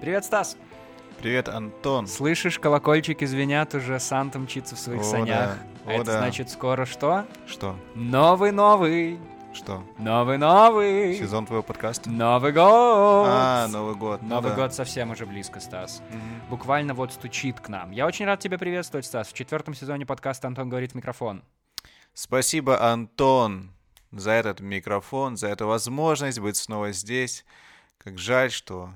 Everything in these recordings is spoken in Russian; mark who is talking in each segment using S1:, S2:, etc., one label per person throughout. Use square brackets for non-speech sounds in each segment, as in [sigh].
S1: Привет, Стас.
S2: Привет, Антон.
S1: Слышишь, колокольчики звенят, уже Санта мчится в своих
S2: О,
S1: санях.
S2: да.
S1: А
S2: О,
S1: это
S2: да.
S1: значит скоро что?
S2: Что?
S1: Новый-новый,
S2: Что?
S1: новый-новый,
S2: Сезон твоего подкаста?
S1: Новый год.
S2: А, Новый год. ну
S1: Новый
S2: да.
S1: год совсем уже близко, Стас.
S2: Мгм.
S1: Буквально вот стучит к нам. Я очень рад тебя приветствовать, Стас. В четвертом сезоне подкаста Антон говорит в микрофон.
S2: Спасибо, Антон, за этот микрофон, за эту возможность быть снова здесь. Как жаль, что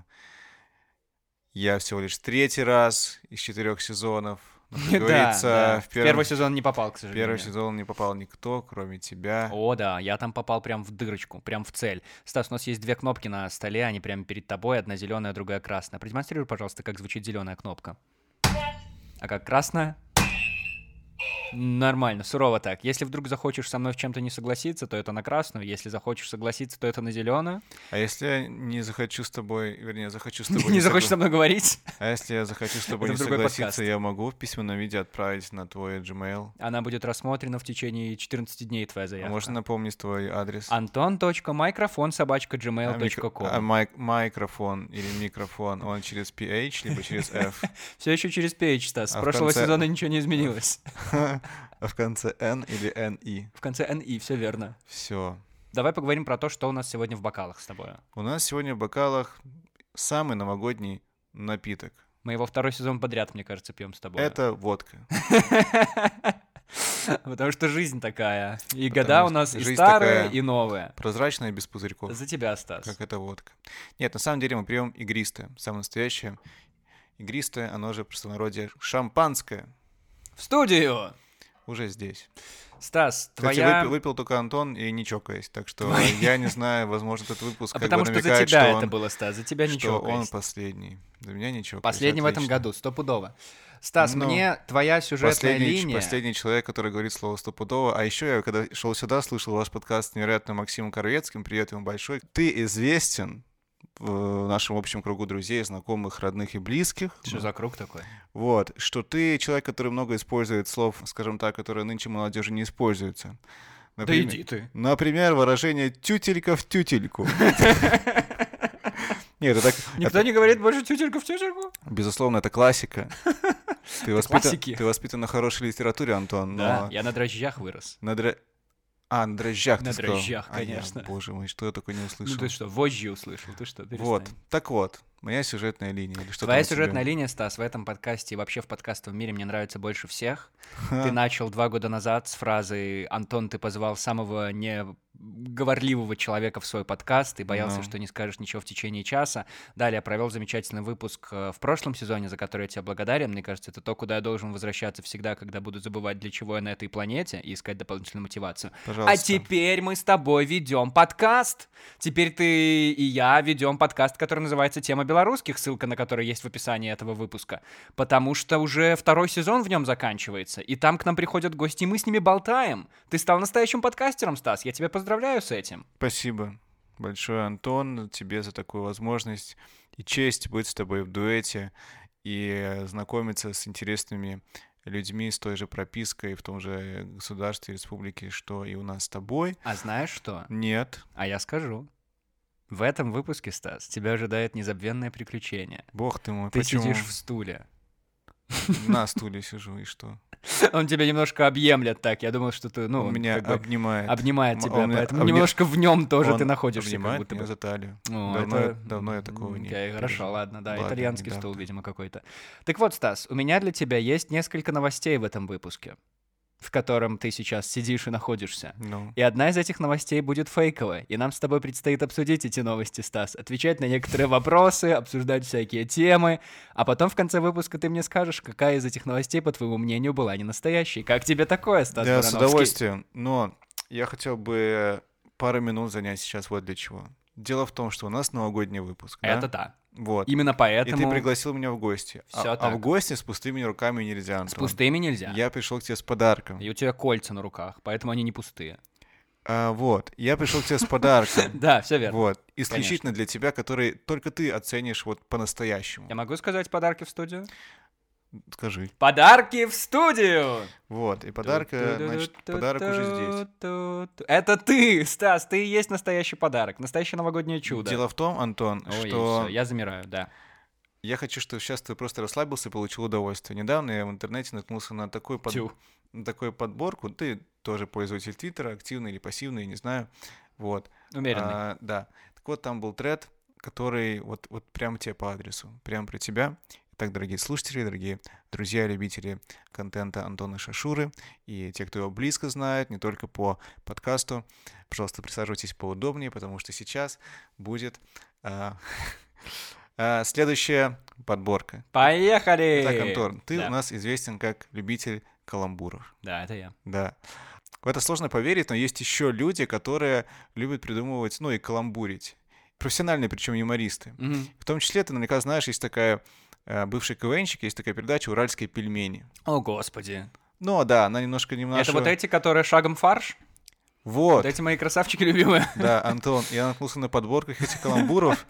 S2: я всего лишь третий раз из
S1: [laughs]
S2: четырех сезонов. Но, как
S1: Да,
S2: говорится,
S1: да.
S2: в первом-
S1: первый сезон не попал, к
S2: в
S1: сожалению.
S2: первый сезон не попал никто, кроме тебя.
S1: О, да, я там попал прям в дырочку, прям в цель. Стас, у нас есть две кнопки на столе, они прямо перед тобой, одна зеленая, другая красная. Продемонстрируй, пожалуйста, как звучит зеленая кнопка. А как красная? Нормально, сурово так. Если вдруг захочешь со мной в чем-то не согласиться, то это на красную. Если захочешь согласиться, то это на зеленую.
S2: А если я не захочу с тобой,
S1: [laughs]
S2: вернее, захочу с тобой...
S1: Не захочешь
S2: согла-
S1: со мной говорить,
S2: А если я захочу с тобой
S1: Это
S2: не
S1: в другой подкаст.
S2: согласиться, я могу в письменном виде отправить на твой Gmail.
S1: она будет рассмотрена в течение 14 дней твоя
S2: А
S1: заявка.
S2: можно напомнить твой адрес?
S1: Антон.микрофон собачка
S2: А микро-
S1: gmail.com.
S2: а майк- микрофон или микрофон, он через PH, либо через F, [laughs]
S1: Все еще через PH, Стас. С
S2: А в
S1: прошлого
S2: конце-
S1: сезона ничего не изменилось.
S2: а в конце N или NI.
S1: В конце NI, все верно.
S2: Все.
S1: Давай поговорим про то, что у нас сегодня в бокалах с тобой.
S2: У нас сегодня в бокалах самый новогодний напиток.
S1: Мы его второй сезон подряд, мне кажется, пьем с тобой.
S2: Это водка.
S1: [laughs] Потому что жизнь такая. И
S2: Потому
S1: года у
S2: что
S1: нас и
S2: жизнь
S1: старые,
S2: такая.
S1: и новые.
S2: Прозрачная, без пузырьков,
S1: За тебя, Стас.
S2: как эта водка. Нет, на самом деле мы пьем игристое, самое настоящее. Игристое, оно же в простонародье шампанское,
S1: В студию!
S2: уже здесь.
S1: Стас,
S2: Кстати,
S1: твоя...
S2: выпи- выпил только Антон и не чокаясь, так что
S1: Твоя-
S2: я не знаю, возможно, этот выпуск
S1: А
S2: как бы
S1: потому что за
S2: намекает,
S1: тебя
S2: что
S1: это
S2: он-
S1: было, Стас, за тебя
S2: что
S1: ничего.
S2: он последний. Для меня ничего.
S1: Последний в этом году, стопудово. Стас,
S2: Ну,
S1: мне твоя сюжетная
S2: Последний, ч-
S1: линия...
S2: последний человек, который говорит слово стопудово. А еще я, когда шел сюда, слышал ваш подкаст с невероятным Максимом Корвецким. Привет ему большой. Ты известен в нашем общем кругу друзей, знакомых, родных и близких.
S1: Что за круг такой?
S2: Вот, что ты человек, который много использует слов, скажем так, которые нынче молодежи не используются. Например-
S1: Да иди ты.
S2: Например, выражение «тютелька
S1: [laughs]
S2: в тютельку». Нет, это так,
S1: Никто не говорит больше тютельку в тютельку?
S2: безусловно, это классика.
S1: [laughs]
S2: Ты воспитан,
S1: классики.
S2: ты воспитан на хорошей литературе, Антон,
S1: Да,
S2: но
S1: я на дрожжах вырос.
S2: на дро- А, на дрожжах
S1: На
S2: ты сказал.
S1: дрожжах,
S2: А я,
S1: конечно.
S2: боже мой, что я такое не
S1: Ну
S2: услышал.
S1: ты что, вожжи услышал? Ты что, перестань.
S2: Вот, так вот, моя сюжетная линия. Или что
S1: Твоя сюжетная линия, Стас, в этом подкасте и вообще в подкастовом мире мне нравится больше всех.
S2: А.
S1: Ты начал два года назад с фразы «Антон, ты позвал самого неговорливого человека в свой подкаст и боялся,
S2: Ну.
S1: что не скажешь ничего в течение часа». Далее провел замечательный выпуск э, в прошлом сезоне, за который я тебе благодарен. Мне кажется, это то, куда я должен возвращаться всегда, когда буду забывать, для чего я на этой планете, и искать дополнительную мотивацию.
S2: Пожалуйста.
S1: А теперь мы с тобой ведем подкаст. Теперь ты и я ведем подкаст, который называется «Тема белорусских», ссылка на который есть в описании этого выпуска. Потому что уже второй сезон в нем заканчивается, и там к нам приходят гости, и мы с ними болтаем. Ты стал настоящим подкастером, Стас, я тебя поздравляю с этим.
S2: Спасибо большое, Антон, тебе за такую возможность и честь быть с тобой в дуэте и знакомиться с интересными людьми с той же пропиской в том же государстве, республике, что и у нас с тобой.
S1: А знаешь что?
S2: Нет,
S1: А я скажу. В этом выпуске, Стас, тебя ожидает незабвенное приключение.
S2: бог ты мой,
S1: Ты
S2: почему?
S1: сидишь в стуле.
S2: На стуле сижу, и что?
S1: Он тебя немножко объемлет так. Я думал, что ты, [laughs] ну,
S2: Он меня
S1: как бы
S2: обнимает.
S1: обнимает
S2: М-
S1: тебя,
S2: он меня
S1: поэтому
S2: обня-
S1: немножко в нем тоже
S2: Он
S1: ты находишься, как
S2: обнимает
S1: будто
S2: меня
S1: бы.
S2: за талию.
S1: Ну,
S2: Давно
S1: это-
S2: я- давно я такого не
S1: Окей,
S2: пережил.
S1: Хорошо, ладно, да,
S2: Ладно,
S1: итальянский
S2: недавно.
S1: стул, видимо, какой-то. Так вот, Стас, у меня для тебя есть несколько новостей в этом выпуске, в котором ты сейчас сидишь и находишься.
S2: Ну,
S1: И одна из этих новостей будет фейковая, и нам с тобой предстоит обсудить эти новости, Стас, отвечать на некоторые вопросы, обсуждать всякие темы, а потом в конце выпуска ты мне скажешь, какая из этих новостей, по твоему мнению, была не настоящей. Как тебе такое, Стас
S2: да, с
S1: Барановский?
S2: удовольствием, но я хотел бы пару минут занять сейчас вот для чего. Дело в том, что у нас новогодний выпуск, да?
S1: Это да.
S2: Вот.
S1: Именно
S2: И
S1: поэтому
S2: ты пригласил меня в гости. А-
S1: Всё
S2: а, в
S1: так.
S2: гости с пустыми руками нельзя,
S1: с
S2: Антон.
S1: пустыми нельзя.
S2: Я пришел к тебе с подарком.
S1: И у тебя кольца на руках, поэтому они не пустые. [laughs]
S2: А, вот, я пришел к тебе с подарком.
S1: Да, все верно.
S2: Вот, исключительно для тебя, который только ты оценишь вот по-настоящему.
S1: Я могу сказать подарки в студию?
S2: Скажи.
S1: Подарки в студию!
S2: Вот, и подарка, э, значит, подарок уже здесь.
S1: здесь. Это ты, Стас, ты и есть настоящий подарок, настоящее новогоднее чудо.
S2: Дело в том, Антон,
S1: Ой,
S2: что
S1: всё, я замираю, да.
S2: Я хочу, чтобы сейчас ты просто расслабился и получил удовольствие. Недавно я в интернете наткнулся на такой, под...
S1: Тю.
S2: на такую подборку. Ты тоже пользователь Твиттера, активный или пассивный, не знаю. Вот.
S1: Умеренный.
S2: А, да. Так вот, там был тред, который вот, вот прям тебе по адресу, прям про тебя. Итак, дорогие слушатели, дорогие друзья, любители контента Антона Шашуры и те, кто его близко знает, не только по подкасту, пожалуйста, присаживайтесь поудобнее, потому что сейчас будет а, [laughs] а, следующая подборка.
S1: Поехали!
S2: Итак, Антон, ты
S1: Э, да.
S2: у нас известен как любитель каламбуров.
S1: Да, это я.
S2: Да. В это сложно поверить, но есть еще люди, которые любят придумывать, ну и каламбурить. Профессиональные, причем юмористы.
S1: Мгм.
S2: В том числе, ты наверняка знаешь, есть такая э, бывший КВНщик, есть такая передача «Уральские пельмени».
S1: О, господи.
S2: Ну да, она немножко не
S1: Это
S2: наша-
S1: вот эти, которые шагом фарш?
S2: Вот,
S1: Вот эти мои красавчики любимые.
S2: да, Антон, я наткнулся на подборках этих каламбуров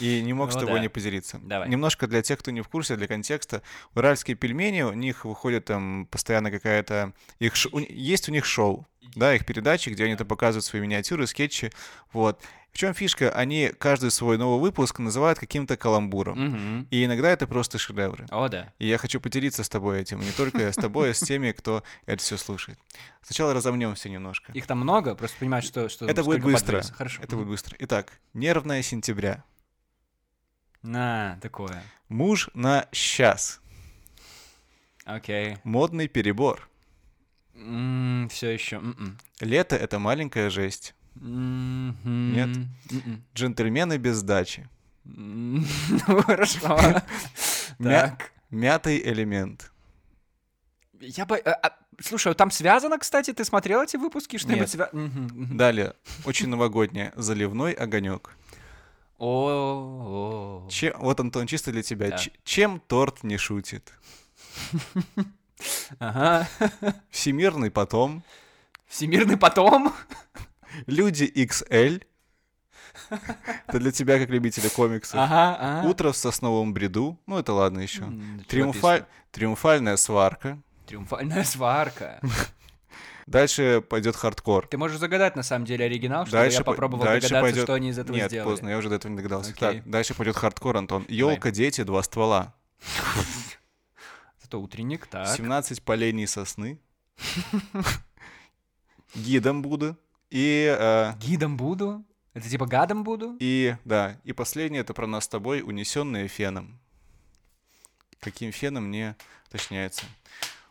S2: и не мог с
S1: Ну
S2: тобой
S1: да.
S2: не поделиться.
S1: Давай.
S2: Немножко для тех, кто не в курсе, для контекста. Уральские пельмени, у них выходит там постоянно какая-то... их ш- у- Есть у них шоу, да, их передачи, где они там показывают свои миниатюры, скетчи, вот. В чем фишка? Они каждый свой новый выпуск называют каким-то каламбуром.
S1: Мгм.
S2: И иногда это просто шедевры.
S1: О, да.
S2: И я хочу поделиться с тобой этим, не только с тобой, а с теми, кто это все слушает. Сначала разомнемся немножко.
S1: Их там много, просто понимаешь, что... что
S2: Это будет
S1: сколько
S2: быстро.
S1: подвис. Хорошо.
S2: Это будет быстро. Итак, нервное сентября.
S1: На, А, такое.
S2: Муж на сейчас.
S1: Окей. М-м,
S2: Модный перебор.
S1: Все еще.
S2: Лето — это маленькая жесть.
S1: Нет.
S2: Джентльмены без дачи.
S1: М-м. [laughs] Ну, хорошо.
S2: Мя-
S1: Так.
S2: Мятый элемент.
S1: Я бы... а, а, Слушай, там связано, кстати, ты смотрел эти выпуски?
S2: Нет. М-м.
S1: Что-нибудь свя- Мгм, мгм.
S2: Далее. Очень новогоднее. Заливной огонек.
S1: О, о.
S2: Че- Вот, Антон, чисто для тебя.
S1: Да.
S2: Ч- Чем торт не шутит?
S1: Ага.
S2: Всемирный потом.
S1: Всемирный потом?
S2: Люди XL. Это для тебя, как любителя комиксов.
S1: Ага, ага.
S2: Утро в сосновом бреду. Ну, это ладно еще.
S1: М, да,
S2: Триумфаль...
S1: живописно.
S2: Триумфальная сварка.
S1: Триумфальная сварка.
S2: Дальше пойдет хардкор.
S1: Ты можешь загадать, на самом деле, оригинал, чтобы
S2: Дальше
S1: я
S2: по-
S1: попробовал
S2: дальше
S1: догадаться,
S2: пойдёт-
S1: что они из этого
S2: Нет,
S1: сделали.
S2: поздно, я уже до этого не догадался.
S1: Окей.
S2: Так, дальше пойдет хардкор, Антон. Елка, дети, два ствола.
S1: Зато утренник, так.
S2: 17 полений сосны. [laughs] Гидом буду. И, э,
S1: Гидом буду? Это типа гадом буду?
S2: и, да, и последнее, это про нас с тобой, унесенные феном. Каким феном не уточняется.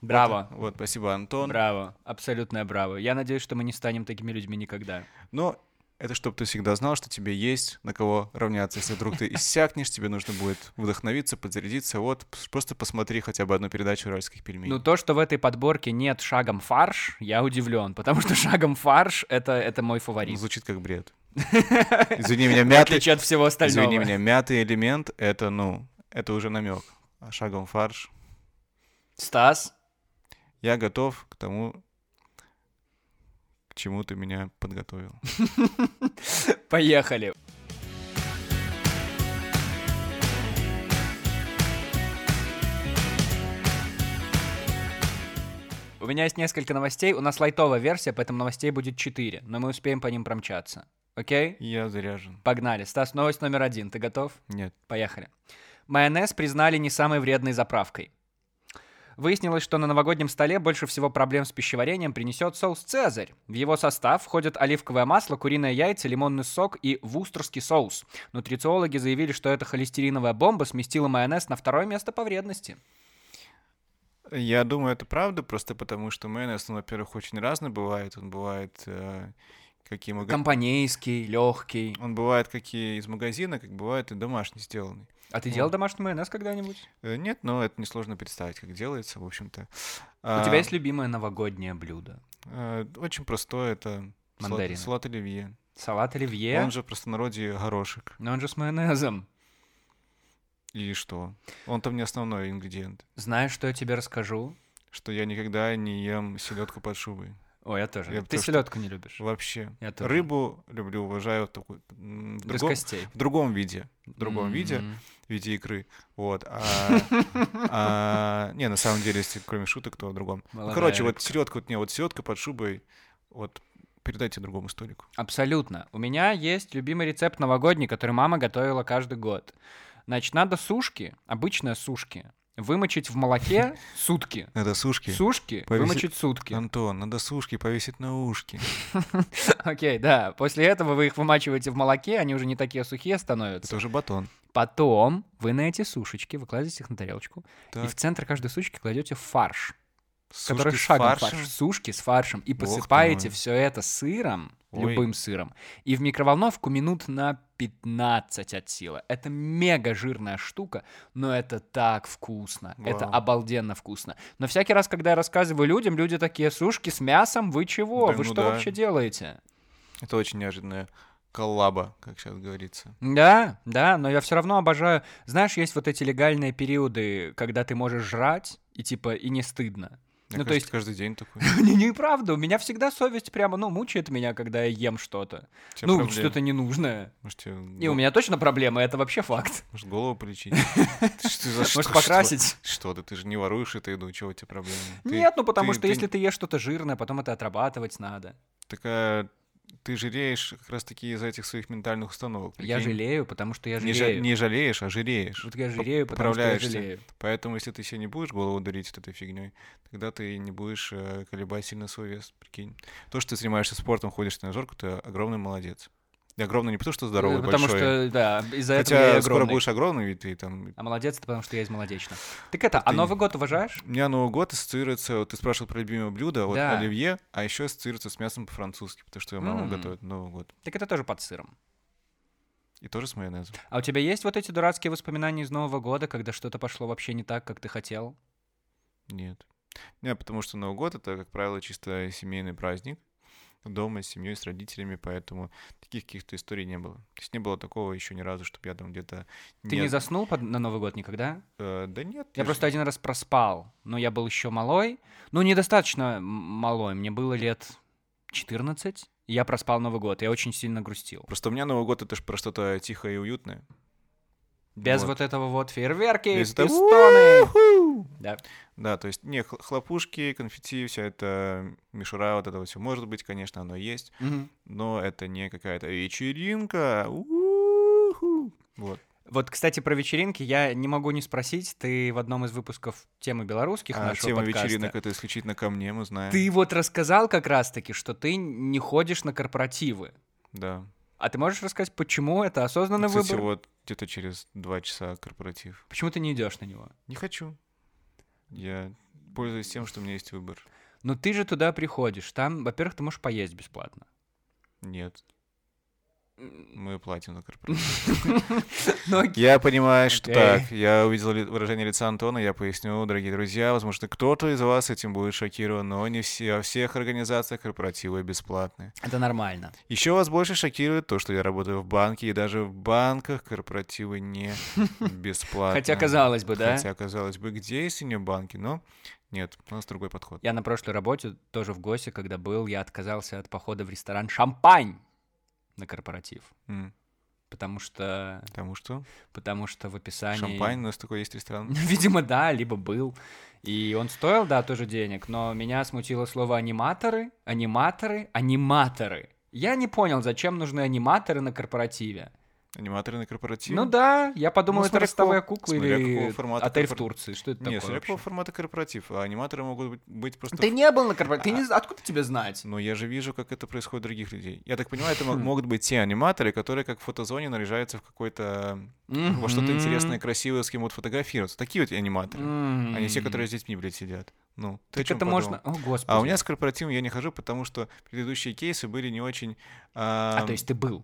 S1: Браво.
S2: Вот, вот, спасибо, Антон.
S1: Браво. Абсолютное браво. Я надеюсь, что мы не станем такими людьми никогда.
S2: Но это чтобы ты всегда знал, что тебе есть на кого равняться. Если вдруг ты иссякнешь, тебе нужно будет вдохновиться, подзарядиться. Вот, пс- просто посмотри хотя бы одну передачу уральских пельменей.
S1: Ну, то, что в этой подборке нет шагом фарш, я удивлен, потому что [laughs] шагом фарш это, это мой
S2: Ну,
S1: фаворит.
S2: звучит
S1: [laughs]
S2: как бред. Извини меня,
S1: В
S2: мятый...
S1: отличие от всего остального.
S2: Извини меня, мятый элемент — это, ну, это уже намек. А шагом фарш.
S1: Стас,
S2: Я готов к тому, к чему ты меня подготовил.
S1: поехали. У меня есть несколько новостей. У нас лайтовая версия, поэтому новостей будет 4, но мы успеем по ним промчаться. Окей?
S2: Я заряжен.
S1: Погнали. Стас, новость номер один. Ты готов?
S2: Нет.
S1: Поехали. Майонез признали не самой вредной заправкой. Выяснилось, что на новогоднем столе больше всего проблем с пищеварением принесет соус «Цезарь». В его состав входят оливковое масло, куриное яйца, лимонный сок и вустерский соус. Нутрициологи заявили, что эта холестериновая бомба сместила майонез на второе место по вредности.
S2: Я думаю, это правда, просто потому что майонез, ну, во-первых, очень разный бывает. Он бывает э, каким угодно.
S1: Компанейский, легкий.
S2: Он бывает какие из магазина, как бывает и домашний сделанный.
S1: А ты
S2: Ну.
S1: делал домашний майонез когда-нибудь?
S2: Э, Нет, но это несложно представить, как делается, в общем-то. А.
S1: У тебя есть любимое новогоднее блюдо?
S2: Э, Очень простое, это салат-
S1: Мандарины.
S2: салат оливье.
S1: Салат оливье?
S2: Он же в простонародье горошек.
S1: Но он же с майонезом.
S2: И что? Он там не основной ингредиент.
S1: Знаешь, что я тебе расскажу?
S2: Что я никогда не ем селедку под шубой.
S1: Ой, я тоже.
S2: Я
S1: ты
S2: тоже-
S1: селедку не любишь.
S2: Вообще.
S1: Я тоже.
S2: Рыбу люблю, уважаю в, такой- м, в
S1: Без М-м-м.
S2: другом,
S1: костей.
S2: в другом виде. В другом виде.
S1: М.
S2: в виде икры. Вот.
S1: [laughs]
S2: а- а, Не, на самом деле, если кроме шуток, то о другом. Ну,
S1: Молодая
S2: Короче, вот
S1: рыбка.
S2: селедка, вот не, вот селедка под шубой, вот передайте другому столику.
S1: Абсолютно. У меня есть любимый рецепт новогодний, который мама готовила каждый год. Значит, надо сушки, обычные сушки, вымочить в
S2: [laughs]
S1: молоке сутки.
S2: Надо сушки.
S1: Сушки
S2: Повесить-
S1: вымочить сутки. [laughs]
S2: Антон, надо сушки повесить на ушки.
S1: Окей, да. После этого вы их вымачиваете в молоке, они уже не такие сухие становятся.
S2: Это уже батон.
S1: Потом вы на эти сушечки выкладываете их на тарелочку, и
S2: Так.
S1: в центр каждой сушки кладете фарш,
S2: Сушки
S1: который
S2: с
S1: шагом
S2: фаршем.
S1: фарш, сушки с фаршем, и
S2: Бог ты
S1: посыпаете
S2: мой.
S1: все это сыром,
S2: Ой.
S1: любым сыром, и в микроволновку минут на 15 от силы. Это мега жирная штука, но это так вкусно, это
S2: Вау.
S1: обалденно вкусно. Но всякий раз, когда я рассказываю людям, люди такие, сушки с мясом, вы чего,
S2: Да
S1: вы
S2: ну
S1: что
S2: да.
S1: вообще делаете?
S2: Это очень неожиданная коллаба, как сейчас говорится.
S1: Да, да, но я все равно обожаю. Знаешь, есть вот эти легальные периоды, когда ты можешь жрать, и типа, и не стыдно.
S2: Мне
S1: Ну, то
S2: кажется,
S1: есть- Ну,
S2: каждый день такой.
S1: [laughs] Не, неправда, у меня всегда совесть прямо, ну, мучает меня, когда я ем что-то.
S2: Все
S1: ну,
S2: проблемы. Ну.
S1: что-то ненужное.
S2: Может, тебе
S1: Не, у
S2: го-
S1: меня точно проблемы, это вообще
S2: [laughs]
S1: факт.
S2: может,
S1: [laughs]
S2: голову полечить? Что за что-
S1: Может,
S2: что-
S1: покрасить?
S2: Что ты? Ты же не воруешь эту еду, чего у тебя проблемы? Ты
S1: Нет, ну потому
S2: ты-
S1: что
S2: ты-
S1: если ты ешь что-то жирное, потом это отрабатывать надо.
S2: такая... Ты жиреешь как раз-таки из-за этих своих ментальных установок.
S1: Я
S2: прикинь.
S1: жалею, потому что я
S2: Не, жа-
S1: жалею.
S2: не жалеешь, а жиреешь.
S1: Вот я
S2: П-
S1: жалею, потому что я
S2: поправляешься.
S1: жалею.
S2: Поэтому, если ты себе не будешь голову дурить вот этой фигней, тогда ты не будешь э, колебать сильно свой вес, прикинь. То, что ты занимаешься спортом, ходишь на жорку, ты огромный молодец. И огромный не потому, что здоровый,
S1: Э, Потому
S2: большой.
S1: что, да, из-за этого я и
S2: Хотя скоро
S1: огромный.
S2: будешь огромный, и ты там...
S1: А молодец, это потому что я из молодечных. Так это, а
S2: Ты-
S1: Новый год уважаешь?
S2: У меня Новый год ассоциируется... Вот ты спрашивал про любимое блюдо, вот
S1: Да.
S2: оливье, а еще ассоциируется с мясом по-французски, потому что мама
S1: М.
S2: готовит Новый год.
S1: Так это тоже под сыром.
S2: И тоже с майонезом.
S1: А у тебя есть вот эти дурацкие воспоминания из Нового года, когда что-то пошло вообще не так, как ты хотел?
S2: Нет. Не, потому что Новый год — это, как правило, чисто семейный праздник. Дома, с семьей, с родителями, поэтому таких каких-то историй не было. То есть не было такого еще ни разу, чтобы я там где-то...
S1: Ты не заснул под- на Новый год никогда?
S2: Э, да нет.
S1: Я
S2: ж-
S1: просто один раз проспал, но я был еще малой. Ну, недостаточно м- малой, мне было лет 14, и я проспал Новый год, я очень сильно грустил.
S2: Просто у меня Новый год — это же про что-то тихое и уютное.
S1: Без вот, этого вот фейерверки,
S2: Без этого
S1: пистоны. Да.
S2: Да, то есть, не, хл- хлопушки, конфетти, вся эта мишура, вот это все может быть, конечно, оно есть,
S1: Мгм.
S2: но это не какая-то вечеринка. У-ху. Вот.
S1: Вот, кстати, про вечеринки я не могу не спросить. Ты в одном из выпусков темы белорусских
S2: А
S1: нашего
S2: тема
S1: подкаста.
S2: вечеринок — это исключительно ко мне, мы знаем.
S1: Ты вот рассказал как раз-таки, что ты не ходишь на корпоративы.
S2: Да.
S1: А ты можешь рассказать, почему это осознанный
S2: Кстати,
S1: выбор?
S2: вот где-то через два часа корпоратив.
S1: Почему ты не идешь на него?
S2: Не хочу. Я пользуюсь тем, что у меня есть выбор.
S1: Но ты же туда приходишь. Там, во-первых, ты можешь поесть бесплатно.
S2: Нет, мы платим за корпоратив. [laughs]
S1: Ну, окей.
S2: Я понимаю, что
S1: Окей.
S2: так. Я увидел ли- выражение лица Антона, я поясню, дорогие друзья. Возможно, кто-то из вас этим будет шокирован, но не все. Во всех организациях корпоративы бесплатные.
S1: Это нормально.
S2: Еще вас больше шокирует то, что я работаю в банке, и даже в банках корпоративы не
S1: [laughs]
S2: бесплатные.
S1: Хотя, казалось бы, да?
S2: Хотя, казалось бы, где, если не в банке? Но нет, у нас другой подход.
S1: Я на прошлой работе, тоже в ГОСе, когда был, я отказался от похода в ресторан «Шампань» на корпоратив.
S2: М,
S1: Потому что...
S2: Потому что
S1: Потому что в описании...
S2: шампань, у нас такой есть ресторан.
S1: [laughs] Видимо, да, либо был. И он стоил, да, тоже денег, но меня смутило слово аниматоры, аниматоры, аниматоры. Я не понял, зачем нужны аниматоры на корпоративе.
S2: Аниматоры на корпоративе.
S1: Ну да, я подумал,
S2: Ну,
S1: это
S2: смотря
S1: ростовая
S2: какого-
S1: кукла
S2: смотря
S1: или
S2: какого формата
S1: отель в
S2: корпор-
S1: Турции. Что это
S2: Нет,
S1: такое
S2: смотря какого
S1: вообще?
S2: формата корпоратив. А аниматоры могут быть- быть просто...
S1: Ты не был на корпоративе, ты не... зна- откуда тебе знать?
S2: Но я же вижу, как это происходит у других людей. Я так понимаю,
S1: Хм.
S2: это мо- могут быть те аниматоры, которые как в фотозоне наряжаются в какой-то... м, во что-то
S1: Мгм.
S2: интересное, красивое, с кем будут фотографироваться. Такие вот аниматоры.
S1: М.
S2: А не те, которые с детьми, блядь, сидят. Ну, ты о
S1: Так
S2: чем
S1: это
S2: подумал?
S1: можно... О, господи.
S2: А у меня с корпоративом я не хожу, потому что предыдущие кейсы были не очень... а,
S1: А, то есть ты был?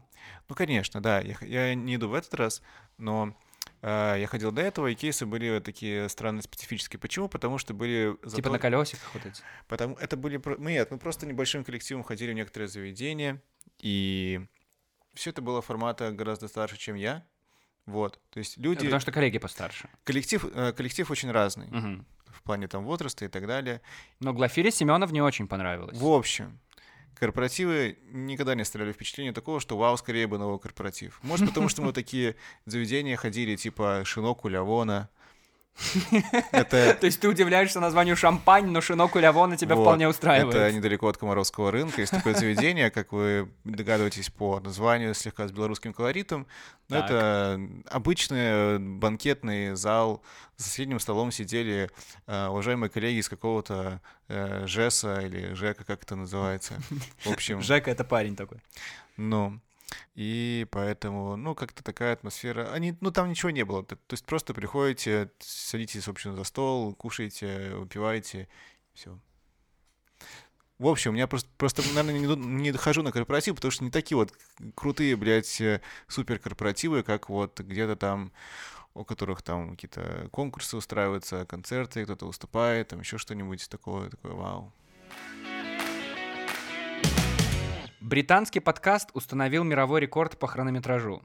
S2: Ну, конечно, да. Я, х- я не иду в этот раз, но а, я ходил до этого, и кейсы были такие странно специфические. Почему? Потому что были...
S1: Типа
S2: зато-
S1: на колесиках вот эти?
S2: Потому это были... про- Мы, нет, мы просто небольшим коллективом ходили в некоторые заведения, и все это было формата гораздо старше, чем я. Вот. То есть люди...
S1: Потому что коллеги постарше.
S2: Коллектив, э, коллектив очень разный
S1: Мгм.
S2: в плане там возраста и так далее.
S1: Но Глафире Семенов не очень понравилось.
S2: В общем, корпоративы никогда не оставляли впечатление такого, что вау, скорее бы новый корпоратив. Может, потому что мы в такие заведения ходили, типа Шиноку, Лявона, Это
S1: [laughs] То есть ты удивляешься названию шампань, но шинок и лявона тебя
S2: Вот,
S1: вполне
S2: Это
S1: устраивает.
S2: недалеко от Комаровского рынка. Есть такое заведение, как вы догадываетесь по названию, слегка с белорусским колоритом. Но
S1: Так.
S2: это обычный э, банкетный зал. За соседним столом сидели э, уважаемые коллеги из какого-то э, ЖЭСа или ЖЭКа, как это называется. В общем,
S1: Жека — это парень такой.
S2: ну... И поэтому, ну, как-то такая атмосфера. Они, ну, там ничего не было. Т- То есть просто приходите, садитесь, в общем, за стол, кушаете, выпиваете, все. В общем, я просто, просто наверное, не, ду- не дохожу на корпоративы, потому что не такие вот крутые, блядь, э, суперкорпоративы, как вот где-то там, у которых там какие-то конкурсы устраиваются, концерты, кто-то выступает, там еще что-нибудь такое, такое вау.
S1: Британский подкаст установил мировой рекорд по хронометражу.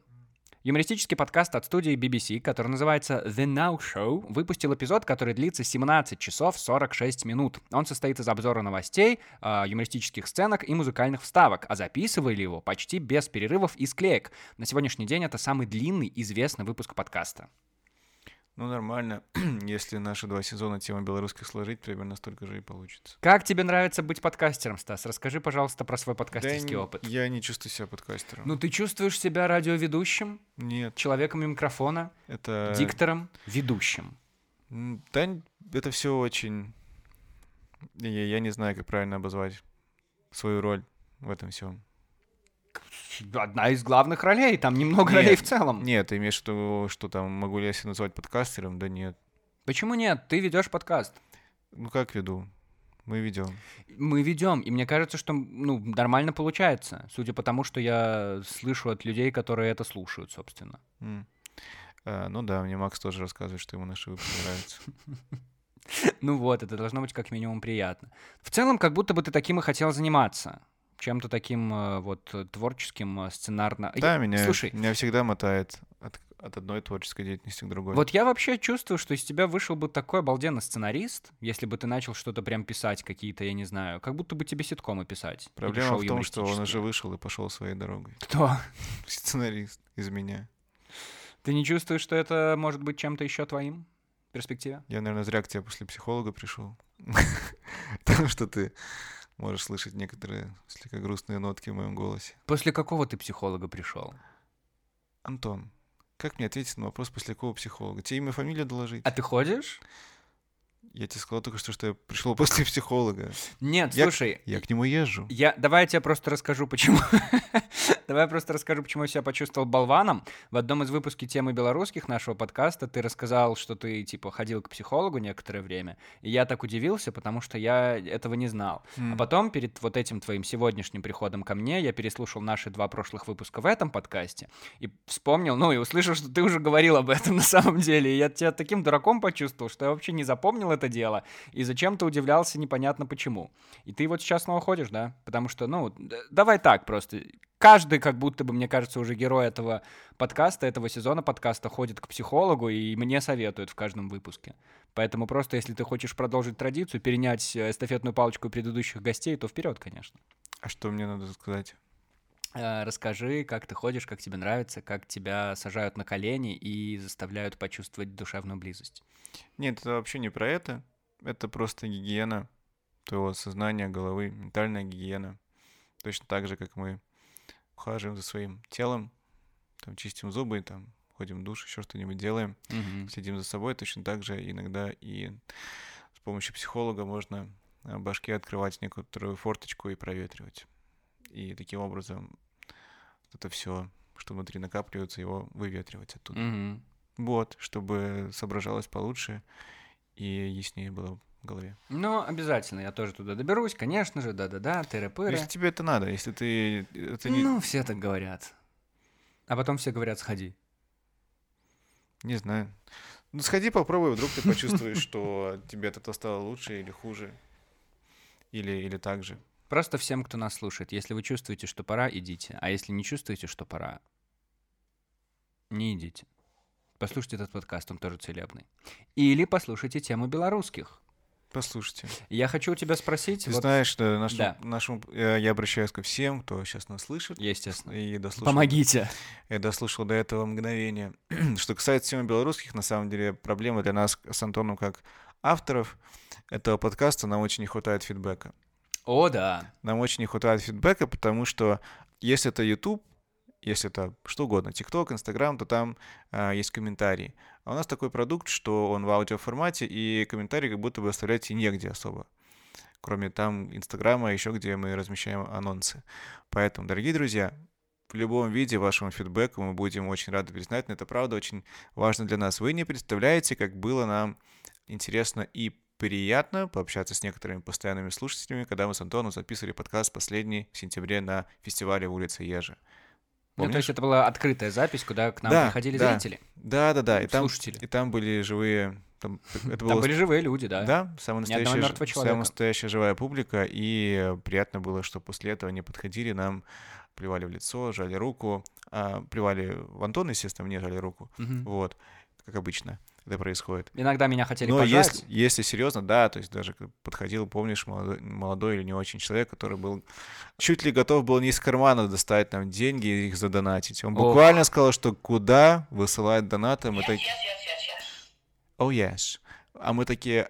S1: Юмористический подкаст от студии BBC, который называется The Now Show, выпустил эпизод, который длится 17 часов 46 минут. Он состоит из обзора новостей, э, юмористических сценок и музыкальных вставок, а записывали его почти без перерывов и склеек. На сегодняшний день это самый длинный известный выпуск подкаста.
S2: Ну, нормально. [clears throat] Если наши два сезона тема белорусских сложить, примерно столько же и получится.
S1: Как тебе нравится быть подкастером, Стас? Расскажи, пожалуйста, про свой подкастерский
S2: Да н-
S1: опыт.
S2: Я не чувствую себя подкастером.
S1: Ну, ты чувствуешь себя радиоведущим,
S2: Нет,
S1: человеком у микрофона,
S2: это...
S1: диктором, ведущим?
S2: М, Да, н- это все очень... Я, я не знаю, как правильно обозвать свою роль в этом всем.
S1: Одна из главных ролей, там немного
S2: Нет.
S1: ролей в целом.
S2: Нет, ты имеешь в виду, что там, могу ли я себя назвать подкастером? Да нет.
S1: Почему нет? Ты ведешь подкаст.
S2: Ну, как веду? Мы ведем.
S1: Мы ведем, и мне кажется, что ну, нормально получается, судя по тому, что я слышу от людей, которые это слушают, собственно. [laughs]
S2: М. А, ну да, мне Макс тоже рассказывает, что ему наши выпуски нравятся.
S1: Ну вот, это должно быть как минимум приятно. В целом, как будто бы ты таким и хотел заниматься. Чем-то таким э, вот э, творческим, э, сценарно.
S2: Да,
S1: Я-
S2: меня,
S1: Слушай,
S2: меня всегда мотает от, от одной творческой деятельности к другой.
S1: Вот я вообще чувствую, что из тебя вышел бы такой обалденный сценарист, если бы ты начал что-то прям писать какие-то, я не знаю, как будто бы тебе ситкомы писать. или
S2: Проблема
S1: шоу
S2: в том, что он уже
S1: юмористические.
S2: вышел и пошел своей дорогой. [laughs]
S1: Кто?
S2: Сценарист из меня.
S1: Ты не чувствуешь, что это может быть чем-то еще твоим в перспективе?
S2: Я, наверное, зря к тебе после психолога пришел. [laughs] Потому что ты можешь слышать некоторые слегка грустные нотки в моем голосе.
S1: После какого ты психолога пришел?
S2: Антон, как мне ответить на вопрос, после какого психолога? Тебе имя, фамилию доложить?
S1: А ты ходишь?
S2: Я тебе сказал только что, что я пришел [laughs] после психолога.
S1: Нет,
S2: Я-
S1: слушай.
S2: Я к нему езжу.
S1: Я, давай я тебе просто расскажу, почему. [laughs] давай я просто расскажу, почему я себя почувствовал болваном. В одном из выпусков темы белорусских нашего подкаста ты рассказал, что ты, типа, ходил к психологу некоторое время. И я так удивился, потому что я этого не знал. А
S2: М.
S1: потом, перед вот этим твоим сегодняшним приходом ко мне, я переслушал наши два прошлых выпуска в этом подкасте и вспомнил, ну и услышал, что ты уже говорил об этом [laughs] на самом деле. И я тебя таким дураком почувствовал, что я вообще не запомнил это дело. И зачем ты удивлялся, непонятно почему. И ты вот сейчас снова ходишь, да? Потому что, ну, д- давай так просто. Каждый, как будто бы, мне кажется, уже герой этого подкаста, этого сезона подкаста ходит к психологу и мне советуют в каждом выпуске. Поэтому просто, если ты хочешь продолжить традицию, перенять э, эстафетную палочку предыдущих гостей, то вперед, конечно.
S2: А что мне надо сказать?
S1: Э, Расскажи, как ты ходишь, как тебе нравится, как тебя сажают на колени и заставляют почувствовать душевную близость.
S2: Нет, это вообще не про это. Это просто гигиена твоего сознания, головы, ментальная гигиена. Точно так же, как мы ухаживаем за своим телом, там чистим зубы, там ходим в душ, еще что-нибудь делаем, следим за собой, точно так же иногда и с помощью психолога можно э, башке открывать некоторую форточку и проветривать. И таким образом это все, что внутри накапливается, его выветривать оттуда.
S1: Мгм.
S2: Вот, чтобы соображалось получше и яснее было в голове.
S1: Ну, обязательно, я тоже туда доберусь, конечно же, да-да-да,
S2: Ну,
S1: тыры-пыры.
S2: Если тебе это надо, если ты это не,
S1: Ну, все так говорят. А потом все говорят, сходи.
S2: не знаю. Ну сходи, попробуй, вдруг ты почувствуешь, что тебе от этого стало лучше или хуже. Или, или так же.
S1: Просто всем, кто нас слушает, если вы чувствуете, что пора, идите. А если не чувствуете, что пора, не идите. Послушайте этот подкаст, он тоже целебный. Или послушайте тему белорусских.
S2: Послушайте.
S1: Я хочу у тебя спросить...
S2: Ты
S1: вот-
S2: знаешь, да, нашему-
S1: Да.
S2: нашему, э, я обращаюсь ко всем, кто сейчас нас слышит.
S1: Естественно.
S2: И дослушал,
S1: Помогите.
S2: Я дослушал до этого мгновения. [clears throat] Что касается темы белорусских, на самом деле проблема для нас с Антоном как авторов этого подкаста, нам очень не хватает фидбэка.
S1: О, да.
S2: Нам очень не хватает фидбэка, потому что если это YouTube, если это что угодно, TikTok, Instagram, то там а, есть комментарии. А у нас такой продукт, что он в аудиоформате, и комментарии как будто бы оставлять и негде особо. Кроме там Инстаграма, еще где мы размещаем анонсы. Поэтому, дорогие друзья, в любом виде вашему фидбэку мы будем очень рады признать. Это правда очень важно для нас. Вы не представляете, как было нам интересно и приятно пообщаться с некоторыми постоянными слушателями, когда мы с Антоном записывали подкаст последний в сентябре на фестивале в улице Ежи.
S1: Ну, то
S2: Помнишь?
S1: есть это была открытая запись, куда к нам
S2: Да,
S1: приходили
S2: да.
S1: зрители.
S2: Да, да, да. И там,
S1: Слушатели.
S2: и там были живые. Там, это
S1: Там
S2: было-
S1: были живые люди, да.
S2: Да, самая
S1: Ни одного
S2: настоящая, ж-
S1: мертвого
S2: самая
S1: человека.
S2: настоящая живая публика, и э, приятно было, что после этого они подходили, нам плевали в лицо, жали руку, а, плевали в Антона, естественно, мне жали руку,
S1: Мгм.
S2: вот, как обычно это происходит.
S1: Иногда меня хотели
S2: Но
S1: пожать.
S2: если, Ну, если серьезно, да, то есть даже к- подходил, помнишь, молодой, молодой или не очень человек, который был чуть ли готов был не из кармана достать нам деньги и их задонатить. Он
S1: Ох.
S2: буквально сказал, что куда высылать донаты, мы так... Oh, yes. А мы такие...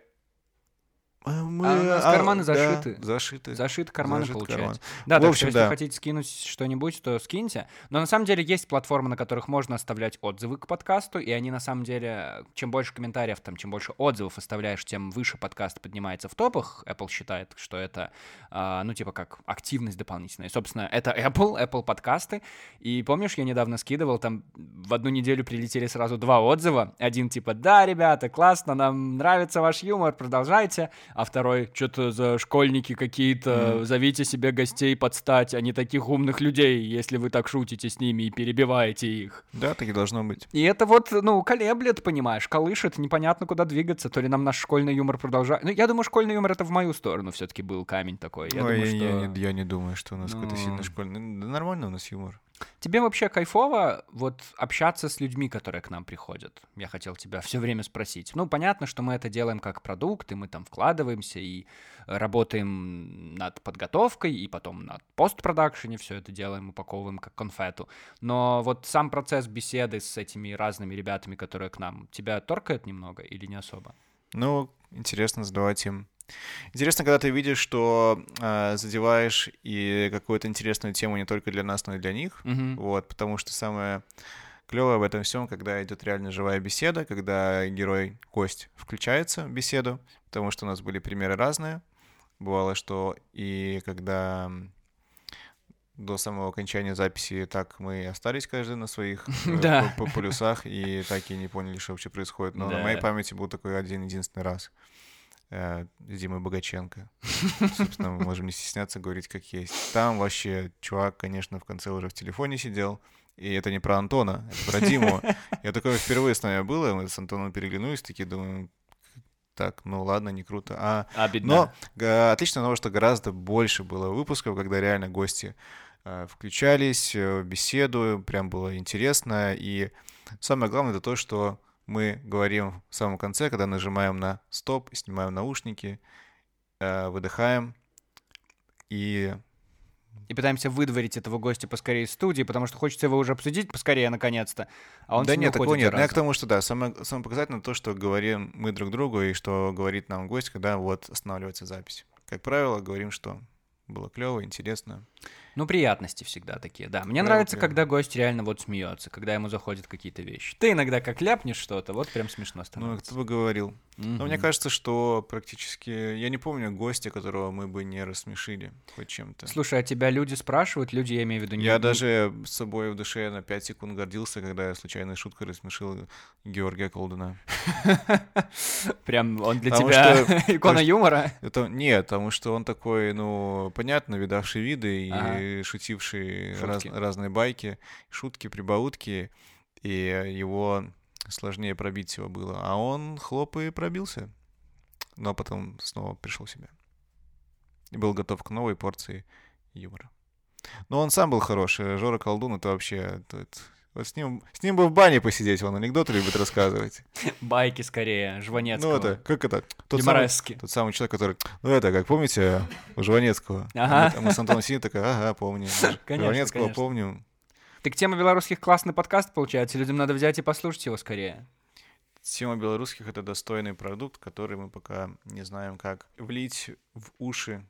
S2: «А мы-
S1: А у нас карманы зашиты».
S2: зашиты.
S1: Зашит карманы,
S2: Зашит
S1: получается.
S2: карман.
S1: Да, так
S2: В
S1: что
S2: общем,
S1: если
S2: да.
S1: хотите скинуть что-нибудь, то скиньте. Но на самом деле есть платформы, на которых можно оставлять отзывы к подкасту, и они на самом деле, чем больше комментариев, там, чем больше отзывов оставляешь, тем выше подкаст поднимается в топах. Apple считает, что это, а, ну, типа как активность дополнительная. И, Собственно, это Apple, Apple подкасты. И помнишь, я недавно скидывал, там в одну неделю прилетели сразу два отзыва. Один типа, да, ребята, классно, нам нравится ваш юмор, продолжайте. А второй, что-то за школьники какие-то,
S2: Мгм.
S1: зовите себе гостей под стать, а не таких умных людей, если вы так шутите с ними и перебиваете их.
S2: Да, так и должно быть.
S1: И это вот, ну, колеблет, понимаешь, колышет, непонятно куда двигаться, то ли нам наш школьный юмор продолжает. Ну, я думаю, школьный юмор это в мою сторону все-таки был камень такой. Я
S2: Ой,
S1: думаю,
S2: я,
S1: что...
S2: я не, я не думаю, что у нас какой-то
S1: Ну.
S2: сильно школьный... Да нормально у нас юмор.
S1: Тебе вообще кайфово вот общаться с людьми, которые к нам приходят? Я хотел тебя [laughs] все время спросить. Ну, понятно, что мы это делаем как продукт, и мы там вкладываемся, и э, работаем над подготовкой, и потом над постпродакшене все это делаем, упаковываем как конфету. Но вот сам процесс беседы с этими разными ребятами, которые к нам, тебя торкает немного или не особо?
S2: Ну, интересно задавать им. Интересно, когда ты видишь, что а, задеваешь и какую-то интересную тему не только для нас, но и для них.
S1: Мгм.
S2: Вот, потому что самое клевое в этом всем, когда идет реально живая беседа, когда герой Кость включается в беседу, потому что у нас были примеры разные. Бывало, что и когда м, до самого окончания записи так мы и остались каждый на своих э,
S1: [laughs] Да.
S2: по- по полюсах и так и не поняли, что вообще происходит. Но на моей
S1: Да.
S2: памяти был такой один единственный раз э, с Димой Богаченко. Собственно, мы можем не стесняться говорить, как есть. Там вообще чувак, конечно, в конце уже в телефоне сидел. И это не про Антона, это про Диму. Я такое впервые с нами было, мы с Антоном переглянулись, такие думаем, так, ну ладно, не круто. А,
S1: Обидно.
S2: но га- отлично того, что гораздо больше было выпусков, когда реально гости э, включались э, в беседу, прям было интересно. И самое главное это то, что мы говорим в самом конце, когда нажимаем на стоп, снимаем наушники, э, выдыхаем и
S1: И пытаемся выдворить этого гостя поскорее из студии, потому что хочется его уже обсудить поскорее, наконец-то. А он
S2: да
S1: всё не
S2: нет, такого
S1: уходит ни
S2: нет. Ну, Я
S1: разу.
S2: к тому, что да, самое, самое показательное то, что говорим мы друг другу и что говорит нам гость, когда вот останавливается запись. Как правило, говорим, что было клево, интересно.
S1: Ну, приятности всегда такие, да. Мне
S2: Да,
S1: нравится,
S2: вот я-
S1: когда гость реально вот смеется, когда ему заходят какие-то вещи. Ты иногда как ляпнешь что-то, вот прям смешно
S2: Ну,
S1: становится.
S2: кто бы говорил. Но мне
S1: Мгм.
S2: кажется, что практически... Я не помню гостя, которого мы бы не рассмешили хоть чем-то.
S1: Слушай, а тебя люди спрашивают, люди, я имею в виду... не-
S2: Я
S1: не-
S2: даже с собой в душе на 5 секунд гордился, когда я случайной шуткой рассмешил Георгия Колдуна.
S1: [laughs] Прям он для
S2: Потому
S1: тебя [laughs] икона
S2: потому что-
S1: юмора.
S2: Это нет, потому что он такой, ну, понятно, видавший виды и
S1: Ага.
S2: шутивший
S1: Шутки.
S2: раз- разные байки, шутки, прибаутки, и его сложнее пробить его было. А он хлоп и пробился, но потом снова пришел в себя. И был готов к новой э, порции юмора. Но он сам был хороший. Жора Колдун — это вообще... это- это Вот с ним, с ним бы в бане посидеть, он анекдоты любит рассказывать.
S1: Байки скорее, Жванецкого.
S2: Ну, это, как это? Тот самый,
S1: Юморески.
S2: тот самый человек, который, ну, это, как помните, у Жванецкого?
S1: [laughs] Ага.
S2: Мы, там- мы с Антоном сидим, такая, ага, помню.
S1: [laughs] Конечно,
S2: Жванецкого
S1: конечно.
S2: помню.
S1: Так тема белорусских классный подкаст получается, людям надо взять и послушать его скорее.
S2: Тема белорусских — это достойный продукт, который мы пока не знаем, как влить в уши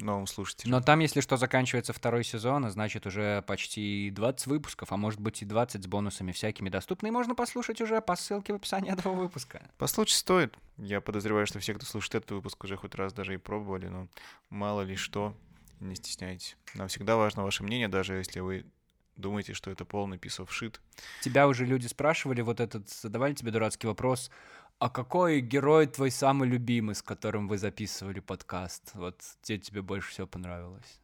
S2: новым слушателям.
S1: Но там, если что, заканчивается второй сезон, а значит уже почти 20 выпусков, а может быть и 20 с бонусами всякими доступны, и можно послушать уже по ссылке в описании этого выпуска.
S2: Послушать стоит. Я подозреваю, что все, кто слушает этот выпуск, уже хоть раз даже и пробовали, но мало ли что, не стесняйтесь. Нам всегда важно ваше мнение, даже если вы думаете, что это полный писов шит.
S1: Тебя уже люди спрашивали, вот этот, задавали тебе дурацкий вопрос, а какой герой твой самый любимый, с которым вы записывали подкаст? Вот где тебе больше всего понравилось?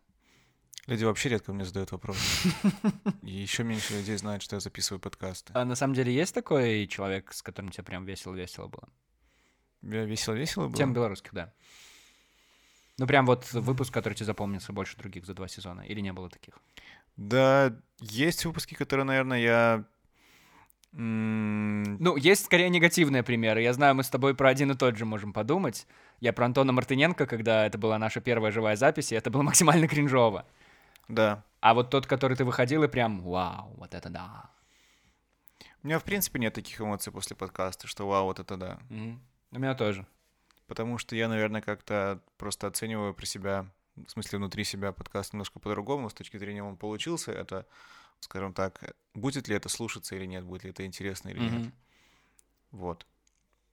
S2: Люди вообще редко мне задают вопросы.
S1: [laughs]
S2: И еще меньше людей знают, что я записываю подкасты.
S1: А на самом деле есть такой человек, с которым тебе прям весело-весело было?
S2: Я весело-весело было.
S1: Тем белорусских, да. Ну, прям вот выпуск, который тебе запомнился больше других за два сезона. Или не было таких?
S2: Да, есть выпуски, которые, наверное, я... м,
S1: Ну, есть скорее негативные примеры. Я знаю, мы с тобой про один и тот же можем подумать. Я про Антона Мартыненко, когда это была наша первая живая запись, и это было [laughs] максимально кринжово.
S2: Да.
S1: А вот тот, который ты выходил, и прям вау, вот это да.
S2: У меня, в принципе, нет таких эмоций после подкаста, что вау, вот это да.
S1: Мгм. У меня тоже.
S2: Потому что я, наверное, как-то просто оцениваю про себя, в смысле, внутри себя подкаст немножко по-другому, с точки зрения он получился, это, скажем так, э, будет ли это слушаться или нет, будет ли это интересно или нет.
S1: Мгм.
S2: Вот.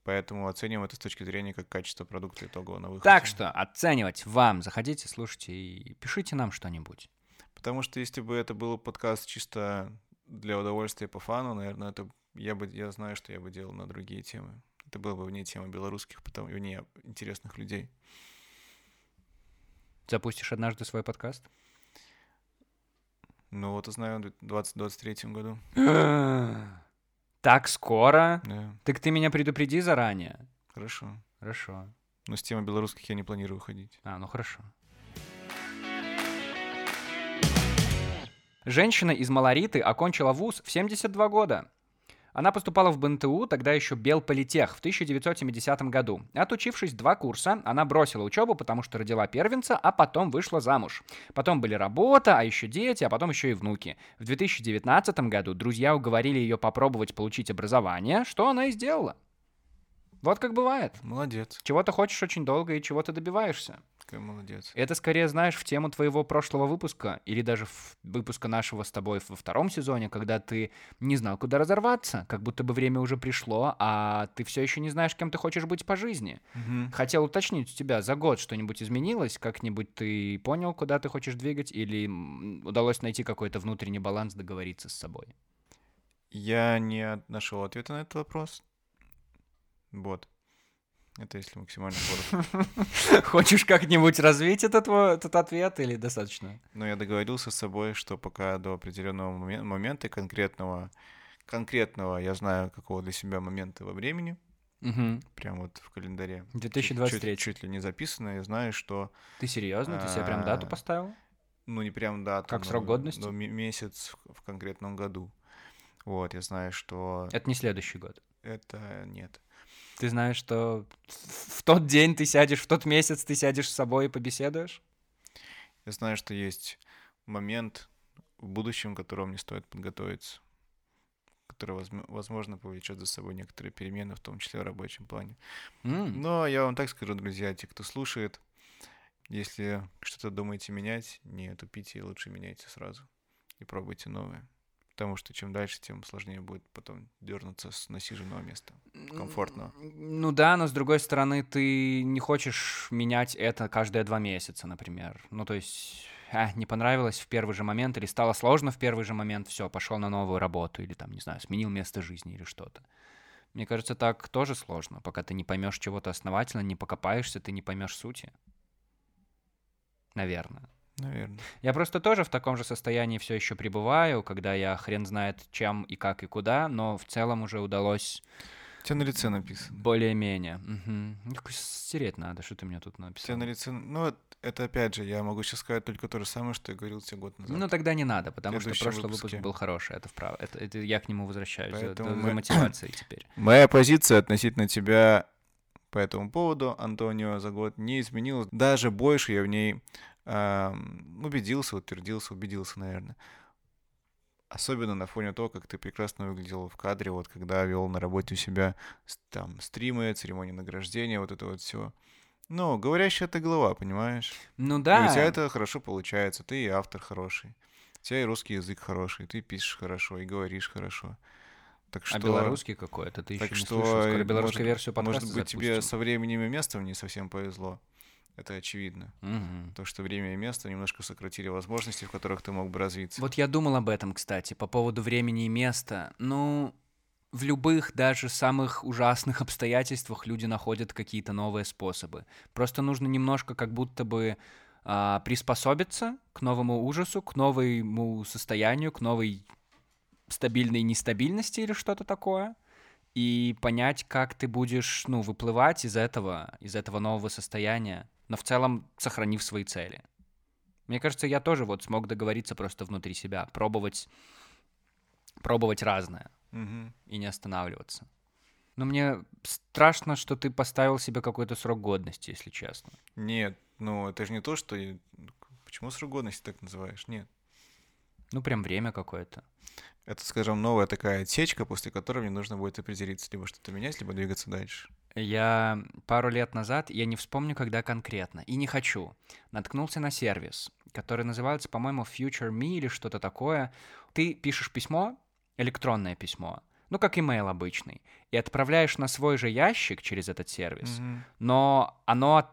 S2: Поэтому оцениваем это с точки зрения как качество продукта итогового на выходе.
S1: Так что оценивать вам. Заходите, слушайте и пишите нам что-нибудь.
S2: Потому что если бы это был подкаст чисто для удовольствия по фану, наверное, это я бы я знаю, что я бы делал на другие темы. Это было бы вне темы белорусских, потому вне интересных людей.
S1: Запустишь однажды свой [gasps] подкаст?
S2: Ну вот узнаю в 2023 году.
S1: так скоро?
S2: Да,
S1: Так ты меня предупреди заранее.
S2: хорошо.
S1: Хорошо.
S2: Но с темы белорусских я не планирую уходить.
S1: А, ну хорошо. Женщина из Малориты окончила вуз в 72 года. Она поступала в БНТУ, тогда еще Белполитех, в 1970 году. Отучившись два курса, она бросила учебу, потому что родила первенца, а потом вышла замуж. Потом были работа, а еще дети, а потом еще и внуки. В 2019 году друзья уговорили ее попробовать получить образование, что она и сделала. Вот как бывает.
S2: Молодец.
S1: Чего ты хочешь очень долго и чего ты добиваешься.
S2: Какой молодец.
S1: Это скорее, знаешь, в тему твоего прошлого выпуска, или даже в выпуска нашего с тобой во втором сезоне, когда ты не знал, куда разорваться, как будто бы время уже пришло, а ты все еще не знаешь, кем ты хочешь быть по жизни.
S2: Мгм.
S1: Хотел уточнить у тебя, за год что-нибудь изменилось, как-нибудь ты понял, куда ты хочешь двигать, или м, удалось найти какой-то внутренний баланс, договориться с собой?
S2: Я не нашел ответа на этот вопрос. Вот. Это если максимально коротко.
S1: [laughs] Хочешь как-нибудь развить этот, во- этот ответ, или достаточно?
S2: Но я договорился с собой, что пока до определенного момен- момента конкретного, конкретного, я знаю, какого для себя момента во времени,
S1: Мгм.
S2: прям вот в календаре. чуть- чуть-
S1: 2023.
S2: Чуть ли не записано, я знаю, что,
S1: Ты серьезно? Ты себе прям дату
S2: А,
S1: поставил?
S2: ну не прям дату.
S1: Как
S2: но-
S1: срок годности?
S2: Но ме- месяц в- в конкретном году. Вот, я знаю, что
S1: Это не следующий год.
S2: это нет.
S1: Ты знаешь, что в в тот день ты сядешь, в тот месяц ты сядешь с собой и побеседуешь?
S2: Я знаю, что есть момент в будущем, к которому мне стоит подготовиться, который, возм- возможно, повлечет за собой некоторые перемены, в том числе в рабочем плане.
S1: М,
S2: Но я вам так скажу, друзья, те, кто слушает, если что-то думаете менять, не тупите, лучше меняйте сразу и пробуйте новое. Потому что чем дальше, тем сложнее будет потом дернуться с насиженного места. комфортно.
S1: Ну да, но с другой стороны, ты не хочешь менять это каждые два месяца, например. Ну то есть, а, не понравилось в первый же момент, или стало сложно в первый же момент, все, пошел на новую работу, или там, не знаю, сменил место жизни или что-то. Мне кажется, так тоже сложно, пока ты не поймешь чего-то основательно, не покопаешься, ты не поймешь сути. Наверное.
S2: Наверное.
S1: Я просто тоже в таком же состоянии все еще пребываю, когда я хрен знает чем и как и куда, но в целом уже удалось
S2: У тебя на лице написано.
S1: более-менее. Мгм. Ну, так Стереть надо, что ты мне тут
S2: У тебя
S1: написал.
S2: на лице... Ну, вот это опять же, я могу сейчас сказать только то же самое, что я говорил тебе год назад.
S1: Ну тогда не надо, потому что
S2: Следующем
S1: прошлый
S2: выпуске.
S1: выпуск был хороший, это вправо. Это, это я к нему возвращаюсь за-
S2: Поэтому
S1: за, за
S2: мы-
S1: мотивацией
S2: [clears throat]
S1: теперь.
S2: Моя позиция относительно тебя по этому поводу, Антонио, за год не изменилась. Даже больше я в ней ам, убедился, утвердился, убедился, наверное. Особенно на фоне того, как ты прекрасно выглядел в кадре, вот когда вел на работе у себя с- там стримы, церемонии награждения, вот это вот все. Ну, говорящая ты голова, понимаешь?
S1: Ну
S2: И
S1: да.
S2: у тебя это хорошо получается, ты и автор хороший. У тебя и русский язык хороший, ты пишешь хорошо и говоришь хорошо. Так что...
S1: А белорусский какой-то, ты
S2: Так
S1: еще не
S2: что,
S1: слышал. Скоро
S2: э,
S1: белорусскую
S2: может-
S1: версию подкаста
S2: Может быть, тебе
S1: запустим.
S2: со временем и местом не совсем повезло. Это очевидно.
S1: Мгм.
S2: То, что время и место немножко сократили возможности, в которых ты мог бы развиться.
S1: Вот я думал об этом, кстати, по поводу времени и места. Ну, в любых, даже самых ужасных [laughs] обстоятельствах люди находят какие-то новые способы. Просто нужно немножко как будто бы а, приспособиться к новому ужасу, к новому состоянию, к новой стабильной нестабильности или что-то такое. И понять, как ты будешь, ну, выплывать из этого, из этого нового состояния, но в целом сохранив свои цели. Мне кажется, я тоже вот смог договориться просто внутри себя, пробовать, пробовать разное
S2: Мгм.
S1: и не останавливаться. Но мне страшно, что ты поставил себе какой-то срок годности, если честно.
S2: Нет, ну это же не то, что... и- Почему срок годности так называешь? Нет.
S1: Ну, прям время какое-то.
S2: Это, скажем, новая такая отсечка, после которой мне нужно будет определиться, либо что-то менять, либо двигаться дальше.
S1: Я пару лет назад, я не вспомню, когда конкретно, и не хочу, наткнулся на сервис, который называется, по-моему, Future Me или что-то такое. Ты пишешь письмо, электронное письмо, ну, как имейл обычный, и отправляешь на свой же ящик через этот сервис,
S2: Мгм.
S1: но оно от-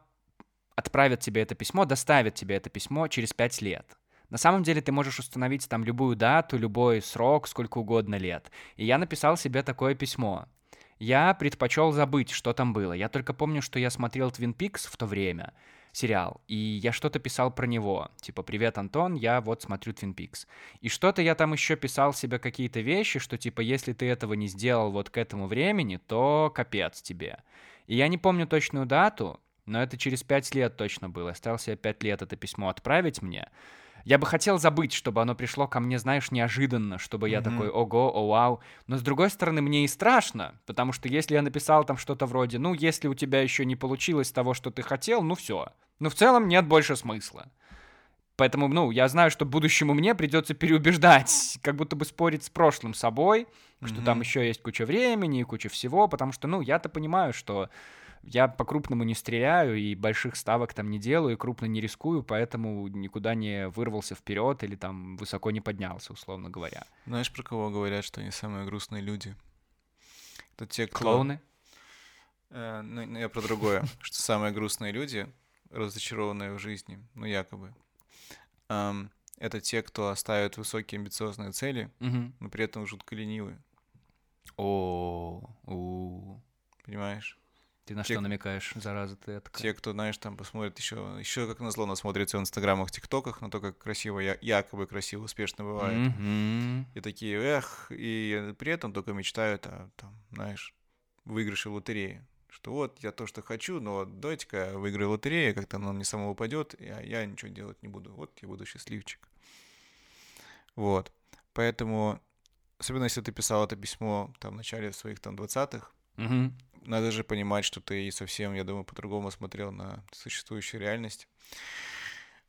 S1: отправит тебе это письмо, доставит тебе это письмо через 5 лет. На самом деле ты можешь установить там любую дату, любой срок, сколько угодно лет. И я написал себе такое письмо. Я предпочел забыть, что там было. Я только помню, что я смотрел Twin Peaks в то время, сериал, и я что-то писал про него. Типа, привет, Антон, я вот смотрю Twin Peaks. И что-то я там еще писал себе какие-то вещи, что типа, если ты этого не сделал вот к этому времени, то капец тебе. И я не помню точную дату, но это через пять лет точно было. Осталось себе пять лет это письмо отправить мне. Я бы хотел забыть, чтобы оно пришло ко мне, знаешь, неожиданно, чтобы я
S2: Мгм.
S1: такой, ого, о, вау. Но с другой стороны, мне и страшно, потому что если я написал там что-то вроде, ну, если у тебя еще не получилось того, что ты хотел, ну все. Но в целом нет больше смысла. Поэтому, ну, я знаю, что будущему мне придется переубеждать, как будто бы спорить с прошлым собой, что там
S2: Мгм.
S1: еще есть куча времени и куча всего, потому что, ну, я-то понимаю, что я по-крупному не стреляю и больших ставок там не делаю, и крупно не рискую, поэтому никуда не вырвался вперед или там высоко не поднялся, условно говоря.
S2: Знаешь, про кого говорят, что они самые грустные люди? Это те, кто...
S1: Клоуны?
S2: Э, Ну, ну, я про другое, [laughs] что самые грустные люди, разочарованные в жизни, ну, якобы, ам, это те, кто оставят высокие амбициозные цели,
S1: Мгм.
S2: но при этом жутко ленивы,
S1: О, у.
S2: понимаешь?
S1: Ты на
S2: Те-
S1: что намекаешь, зараза ты это?
S2: Те, кто, знаешь, там посмотрит еще, еще как назло нас смотрится в инстаграмах, тиктоках, на то, как красиво, я- якобы красиво, успешно бывает.
S1: Мгм.
S2: И такие, эх, и при этом только мечтают о, там, знаешь, выигрыше в лотереи. Что вот, я то, что хочу, но вот дайте-ка я выиграю лотерею, как-то она мне самому упадет, а я ничего делать не буду. Вот я буду счастливчик. Вот. Поэтому, особенно если ты писал это письмо там, в начале своих там 20-х,
S1: Мгм.
S2: надо же понимать, что ты и совсем, я думаю, по-другому смотрел на существующую реальность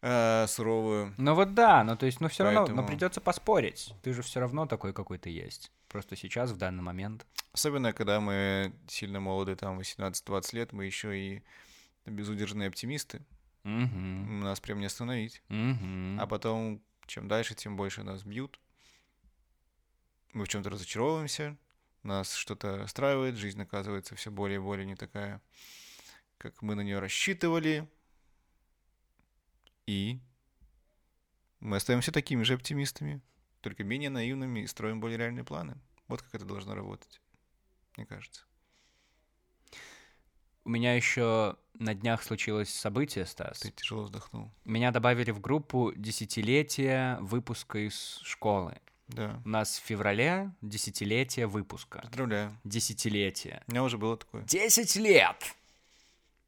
S2: э, суровую.
S1: Ну вот да, ну то есть, ну все равно, но
S2: Поэтому-
S1: придется поспорить. Ты же все равно такой какой ты есть. Просто сейчас, в данный момент.
S2: Особенно, когда мы сильно молоды, там, 18-20 лет, мы еще и безудержные оптимисты.
S1: Мгм.
S2: Нас прям не остановить.
S1: Мгм.
S2: А потом, чем дальше, тем больше нас бьют. Мы в чем-то разочаровываемся. Нас что-то расстраивает. Жизнь оказывается все более и более не такая, как мы на нее рассчитывали. И мы остаемся такими же оптимистами, только менее наивными и строим более реальные планы. Вот как это должно работать, мне кажется.
S1: У меня еще на днях случилось событие, Стас.
S2: Ты тяжело вздохнул.
S1: Меня добавили в группу десятилетия выпуска из школы.
S2: Да.
S1: У нас в феврале десятилетие выпуска.
S2: Поздравляю.
S1: Десятилетие.
S2: У меня уже было такое.
S1: Десять лет!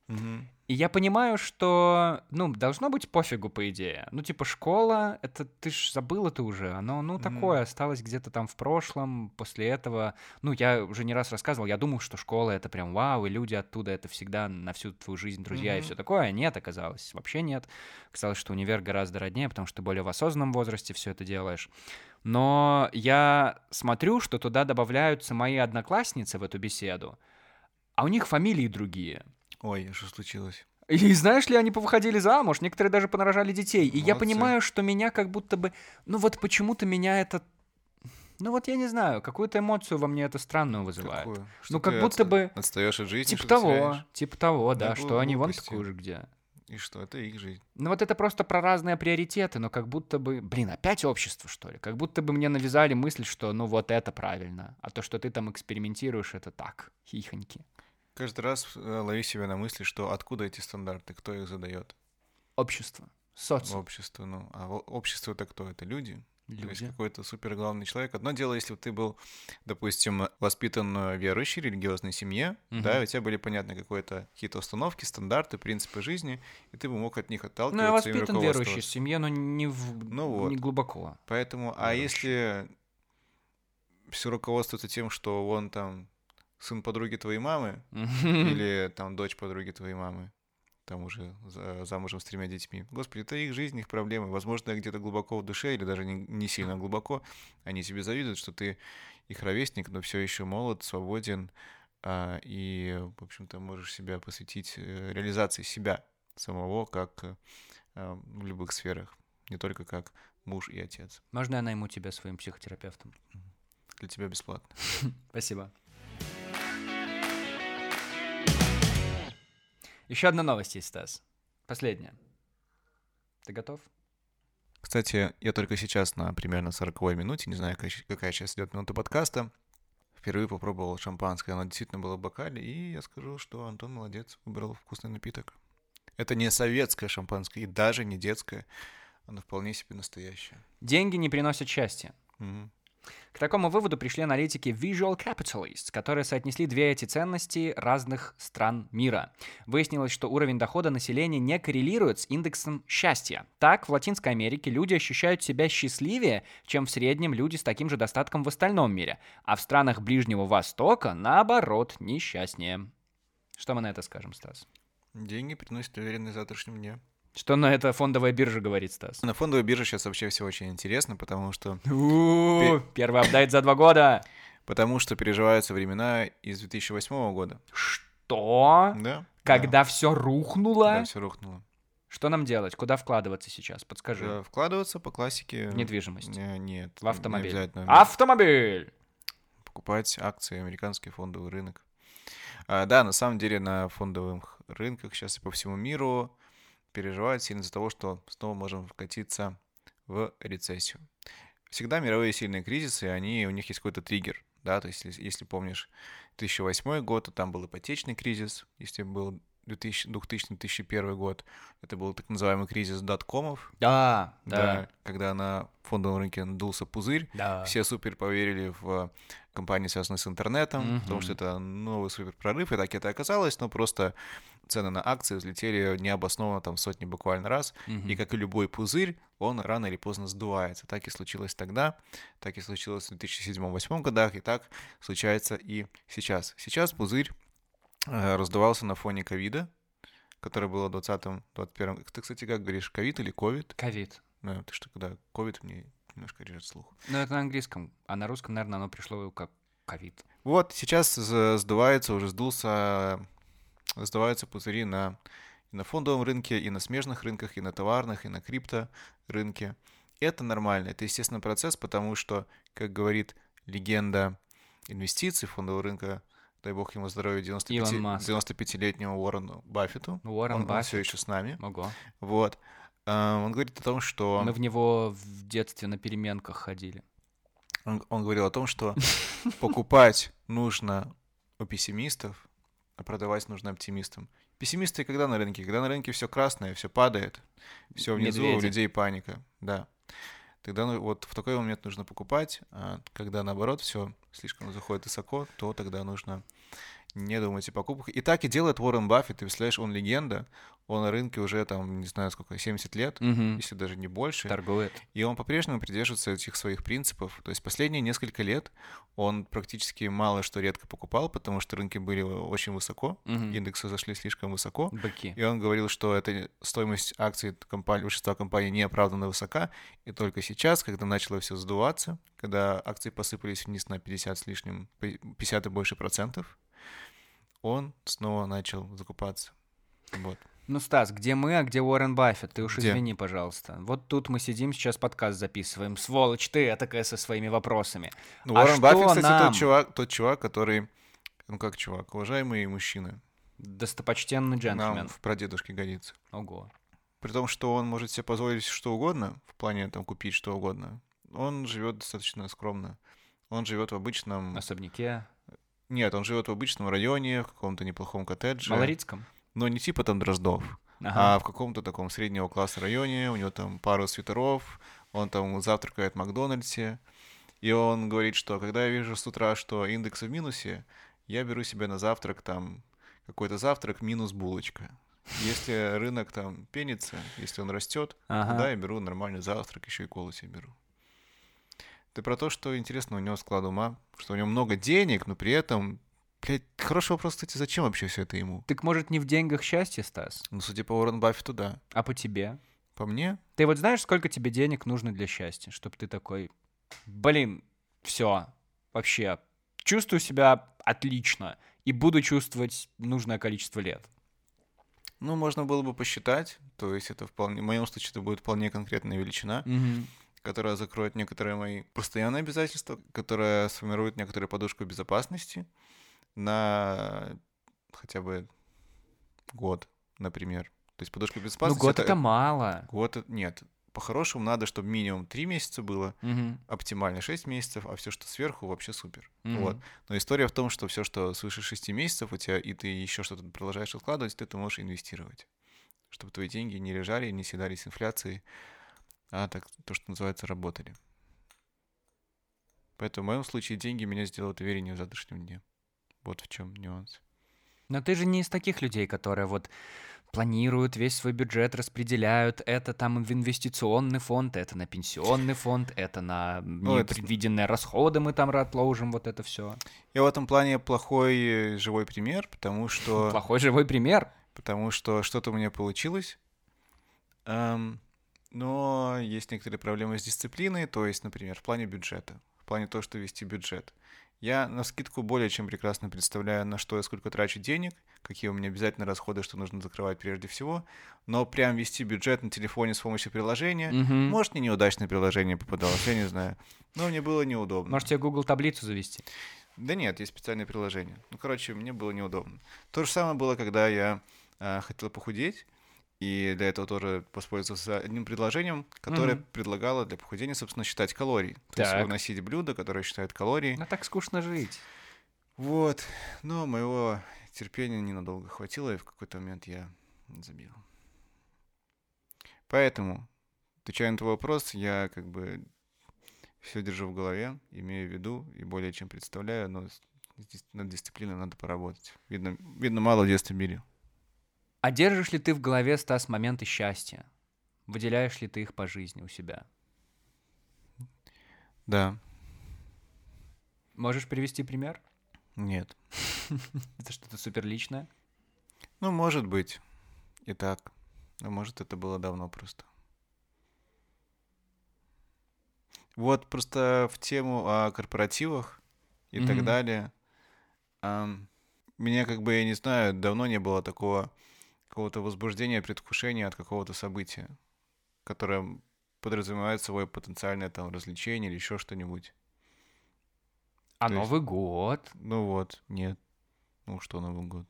S2: Мгм.
S1: И я понимаю, что, ну, должно быть пофигу, по идее. Ну, типа, школа, это ты ж забыл это уже. Оно, ну,
S2: Мгм.
S1: такое, осталось где-то там в прошлом, после этого. Ну, я уже не раз рассказывал, я думал, что школа — это прям вау, и люди оттуда — это всегда на всю твою жизнь друзья и
S2: Мгм.
S1: все такое. А Нет, оказалось, вообще нет. Оказалось, что универ гораздо роднее, потому что ты более в осознанном возрасте все это делаешь. Но я смотрю, что туда добавляются мои одноклассницы в эту беседу, а у них фамилии другие. а
S2: Ой, что случилось?
S1: И знаешь ли, они повыходили замуж, некоторые даже понарожали детей. И я
S2: Молодцы.
S1: понимаю, что меня как будто бы... Ну вот почему-то меня это... Ну вот я не знаю, какую-то эмоцию во мне это странную вызывает.
S2: Какое?
S1: Ну,
S2: Что
S1: как
S2: ты
S1: будто
S2: отста-
S1: бы
S2: Отстаешь от жизни,
S1: Типа
S2: что ты
S1: того,
S2: теряешь?
S1: типа того, да,
S2: Да,
S1: что
S2: глу-
S1: они вон
S2: глупости.
S1: такую же где.
S2: И что, это их жизнь.
S1: Ну вот это просто про разные приоритеты, но как будто бы, блин, опять общество, что ли? Как будто бы мне навязали мысль, что ну вот это правильно, а то, что ты там экспериментируешь, это так, хихоньки.
S2: Каждый раз э, лови себя на мысли, что откуда эти стандарты, кто их задает?
S1: Общество, социум,
S2: Общество, ну, а во- общество это кто? Это люди. То есть
S1: люди.
S2: какой-то супер главный человек. Одно дело, если бы ты был, допустим, воспитан э, в верующей религиозной семье,
S1: Мгм.
S2: да, и у тебя были понятны какое-то какие-то установки, стандарты, принципы жизни, и ты бы мог от них
S1: Ну,
S2: отталкиваться.
S1: я
S2: и
S1: воспитан в верующей
S2: руководствоваться.
S1: семье, но не, в...
S2: Ну вот.
S1: не глубоко.
S2: Поэтому, а
S1: Верующий.
S2: если все руководствуется тем, что он там сын подруги твоей мамы,
S1: Или...
S2: или там дочь подруги твоей мамы, там уже за- замужем с тремя детьми. Господи, это их жизнь, их проблемы. Возможно, где-то глубоко в душе, или даже не, не сильно глубоко, они тебе завидуют, что ты их ровесник, но все еще молод, свободен, а, и, в общем-то, можешь себя посвятить э, реализации себя самого, как э, э, в любых сферах, не только как муж и отец.
S1: [laughs] Можно я найму тебя своим психотерапевтом?
S2: Для тебя бесплатно.
S1: Спасибо. Еще одна новость есть, Стас. Последняя. Ты готов?
S2: Кстати, я только сейчас на примерно 40 минуте, не знаю, какая, щ- какая сейчас идет минута подкаста, впервые попробовал шампанское. Оно действительно было в бокале, и я скажу, что Антон молодец, выбрал вкусный напиток. Это не советское шампанское и даже не детское. Оно вполне себе настоящее.
S1: Деньги не приносят счастья.
S2: Мгм.
S1: К такому выводу пришли аналитики Visual Capitalist, которые соотнесли две эти ценности разных стран мира. Выяснилось, что уровень дохода населения не коррелирует с индексом счастья. Так, в Латинской Америке люди ощущают себя счастливее, чем в среднем люди с таким же достатком в остальном мире, а в странах Ближнего Востока, наоборот, несчастнее. Что мы на это скажем, Стас?
S2: Деньги приносят уверенность в завтрашнем дне.
S1: Что на это фондовая биржа говорит, Стас?
S2: На фондовой бирже сейчас вообще все очень интересно, потому что,
S1: У, Первый апдейт за два года.
S2: потому что переживаются времена из 2008 года.
S1: Что?
S2: Да?
S1: А, Когда все рухнуло?
S2: все рухнуло.
S1: Что нам делать? Куда вкладываться сейчас? Подскажи.
S2: Э, Вкладываться по классике.
S1: Недвижимость.
S2: Э, Нет.
S1: В автомобиль.
S2: Не обязательно.
S1: Автомобиль!
S2: покупать акции, американский фондовый рынок. А, да, на самом деле на фондовых рынках сейчас и по всему миру переживают сильно из-за того, что снова можем вкатиться в рецессию. Всегда мировые сильные кризисы, они, у них есть какой-то триггер. Да, то есть, если, если помнишь 2008 год, то там был ипотечный кризис. Если был 2000-2001 год, это был так называемый кризис доткомов.
S1: Да,
S2: Да. когда на фондовом рынке надулся пузырь,
S1: да.
S2: все супер поверили в э, компании, связанные с интернетом, потому что
S1: Мгм.
S2: это новый супер прорыв, и так это и оказалось, но просто цены на акции взлетели необоснованно там сотни буквально раз,
S1: Мгм.
S2: и как и любой пузырь, он рано или поздно сдувается. Так и случилось тогда, так и случилось в 2007-2008 годах, и так случается и сейчас. Сейчас пузырь э, раздувался на фоне ковида, который было в 2020-2021. Ты, кстати, как говоришь, ковид или ковид?
S1: Ковид.
S2: Ну, Ты что, когда ковид, мне немножко режет слух.
S1: Ну, это на английском, а на русском, наверное, оно пришло как ковид.
S2: Вот, сейчас з- сдувается, уже сдулся, сдуваются пузыри на, и на фондовом рынке, и на смежных рынках, и на товарных, и на крипто рынке. Это нормально, это естественный процесс, потому что, как говорит легенда инвестиций фондового рынка, дай бог ему здоровья, 95
S1: Илон Маск.
S2: 95-летнему Уоррену Баффету,
S1: Ну, Уоррен
S2: он, все
S1: Баффет.
S2: еще с нами,
S1: Ого.
S2: вот, А, он говорит о том, что...
S1: Мы в него в детстве на переменках ходили.
S2: Он, он говорил о том, что [laughs] покупать нужно у пессимистов, а продавать нужно оптимистам. Пессимисты когда на рынке? Когда на рынке все красное, все падает, все внизу, у
S1: Медведи.
S2: людей паника, да. Тогда ну, вот в такой момент нужно покупать, а когда наоборот все слишком заходит высоко, то тогда нужно Не думайте о покупках. И так и делает Уоррен Баффет. Ты представляешь, он легенда. Он на рынке уже там, не знаю сколько, 70 лет,
S1: Мгм.
S2: если даже не больше.
S1: Торгует.
S2: И он по-прежнему придерживается этих своих принципов. То есть последние несколько лет он практически мало что редко покупал, потому что рынки были очень высоко,
S1: Мгм.
S2: индексы зашли слишком высоко.
S1: Быки.
S2: И он говорил, что эта стоимость акций компании, большинства компаний неоправданно высока. И только сейчас, когда начало все сдуваться, когда акции посыпались вниз на 50 с лишним, пи- 50 и больше процентов, он снова начал закупаться. Вот.
S1: Ну, Стас, где мы, а где Уоррен Баффет? Ты уж
S2: Где?
S1: извини, пожалуйста. Вот тут мы сидим, сейчас подкаст записываем. Сволочь ты, а такая со своими вопросами.
S2: Ну,
S1: А
S2: Уоррен Баффет,
S1: что
S2: кстати,
S1: нам?
S2: тот чувак, тот чувак, который, ну как чувак, уважаемый мужчина,
S1: Достопочтенный
S2: нам
S1: джентльмен.
S2: в прадедушке годится.
S1: Ого.
S2: При том, что он может себе позволить что угодно, в плане там купить что угодно, он живет достаточно скромно. Он живет в обычном...
S1: Особняке.
S2: Нет, он живет в обычном районе, в каком-то неплохом коттедже.
S1: Малорицком.
S2: Но не типа там Дроздов,
S1: Ага.
S2: а в каком-то таком среднего класса районе. У него там пару свитеров, он там завтракает в Макдональдсе. И он говорит, что когда я вижу с утра, что индексы в минусе, я беру себе на завтрак там какой-то завтрак минус булочка. Если рынок там пенится, если он растет,
S1: Ага.
S2: да, я беру нормальный завтрак, еще и колу себе беру. Ты про то, что интересно у него склад ума, что у него много денег, но при этом... Блядь, хороший вопрос, кстати, зачем вообще все это ему?
S1: Так может не в деньгах счастье, Стас,
S2: Ну, судя по Уоррен Баффету, да.
S1: а по тебе?
S2: По мне,
S1: Ты вот знаешь, сколько тебе денег нужно для счастья, чтобы ты такой, блин, все, вообще, чувствую себя отлично и буду чувствовать нужное количество лет.
S2: ну, можно было бы посчитать, то есть это вполне... В моем случае это будет вполне конкретная величина, которая закроет некоторые мои постоянные обязательства, которая сформирует некоторую подушку безопасности на хотя бы год, например. То есть подушка
S1: Ну,
S2: безопасности...
S1: год
S2: это-
S1: это мало.
S2: Год это- нет. По-хорошему надо, чтобы минимум 3 месяца было,
S1: Мгм.
S2: оптимально 6 месяцев, а все, что сверху, вообще супер.
S1: Мгм.
S2: Вот. Но история в том, что все, что свыше 6 месяцев у тебя, и ты еще что-то продолжаешь откладывать, ты это можешь инвестировать. Чтобы твои деньги не лежали, не съедались с инфляцией, а так то, что называется, работали. Поэтому в моем случае деньги меня сделают увереннее в завтрашнем дне. Вот в чем нюанс.
S1: Но ты же не из таких людей, которые вот планируют весь свой бюджет, распределяют это там в инвестиционный фонд, это на пенсионный фонд, это на
S2: это-
S1: непредвиденные расходы мы там отложим, вот это все.
S2: Я в этом плане плохой э, живой пример, потому что...
S1: Плохой живой пример.
S2: потому что что-то у меня получилось. Ам, но есть некоторые проблемы с дисциплиной, то есть, например, в плане бюджета, в плане того, что вести бюджет. Я на скидку более чем прекрасно представляю, на что я сколько трачу денег, какие у меня обязательно расходы, что нужно закрывать прежде всего, но прям вести бюджет на телефоне с помощью приложения.
S1: Мгм.
S2: Э, Может, мне неудачное приложение попадалось, я не знаю. Но мне было неудобно.
S1: Может, тебе Google таблицу завести?
S2: Э. Да нет, есть специальное приложение. Ну, короче, мне было неудобно. То же самое было, когда я а, хотел похудеть, и для этого тоже воспользовался одним предложением, которое
S1: Мгм.
S2: предлагало для похудения, собственно, считать калории. То есть
S1: Так.
S2: выносить блюдо, которое считает калории.
S1: Ну так скучно жить.
S2: Вот. Но моего терпения ненадолго хватило, и в какой-то момент я забил. Поэтому, отвечая на твой вопрос, я как бы все держу в голове, имею в виду и более чем представляю, но с- здесь над дисциплиной надо поработать. Видно, видно мало в детстве били.
S1: А держишь ли ты в голове, Стас, моменты счастья? Выделяешь ли ты их по жизни у себя?
S2: Да,
S1: Можешь привести пример?
S2: нет.
S1: Это что-то супер личное.
S2: Ну, может быть, и так. А может, это было давно просто. Вот просто в тему о корпоративах и так
S1: Мгм.
S2: далее. Ам, меня как бы, я не знаю, давно не было такого какого-то возбуждения, предвкушения от какого-то события, которое подразумевает собой потенциальное там развлечение или еще что-нибудь.
S1: А
S2: То есть-
S1: Новый год?
S2: Ну вот, нет. Ну что, Новый год.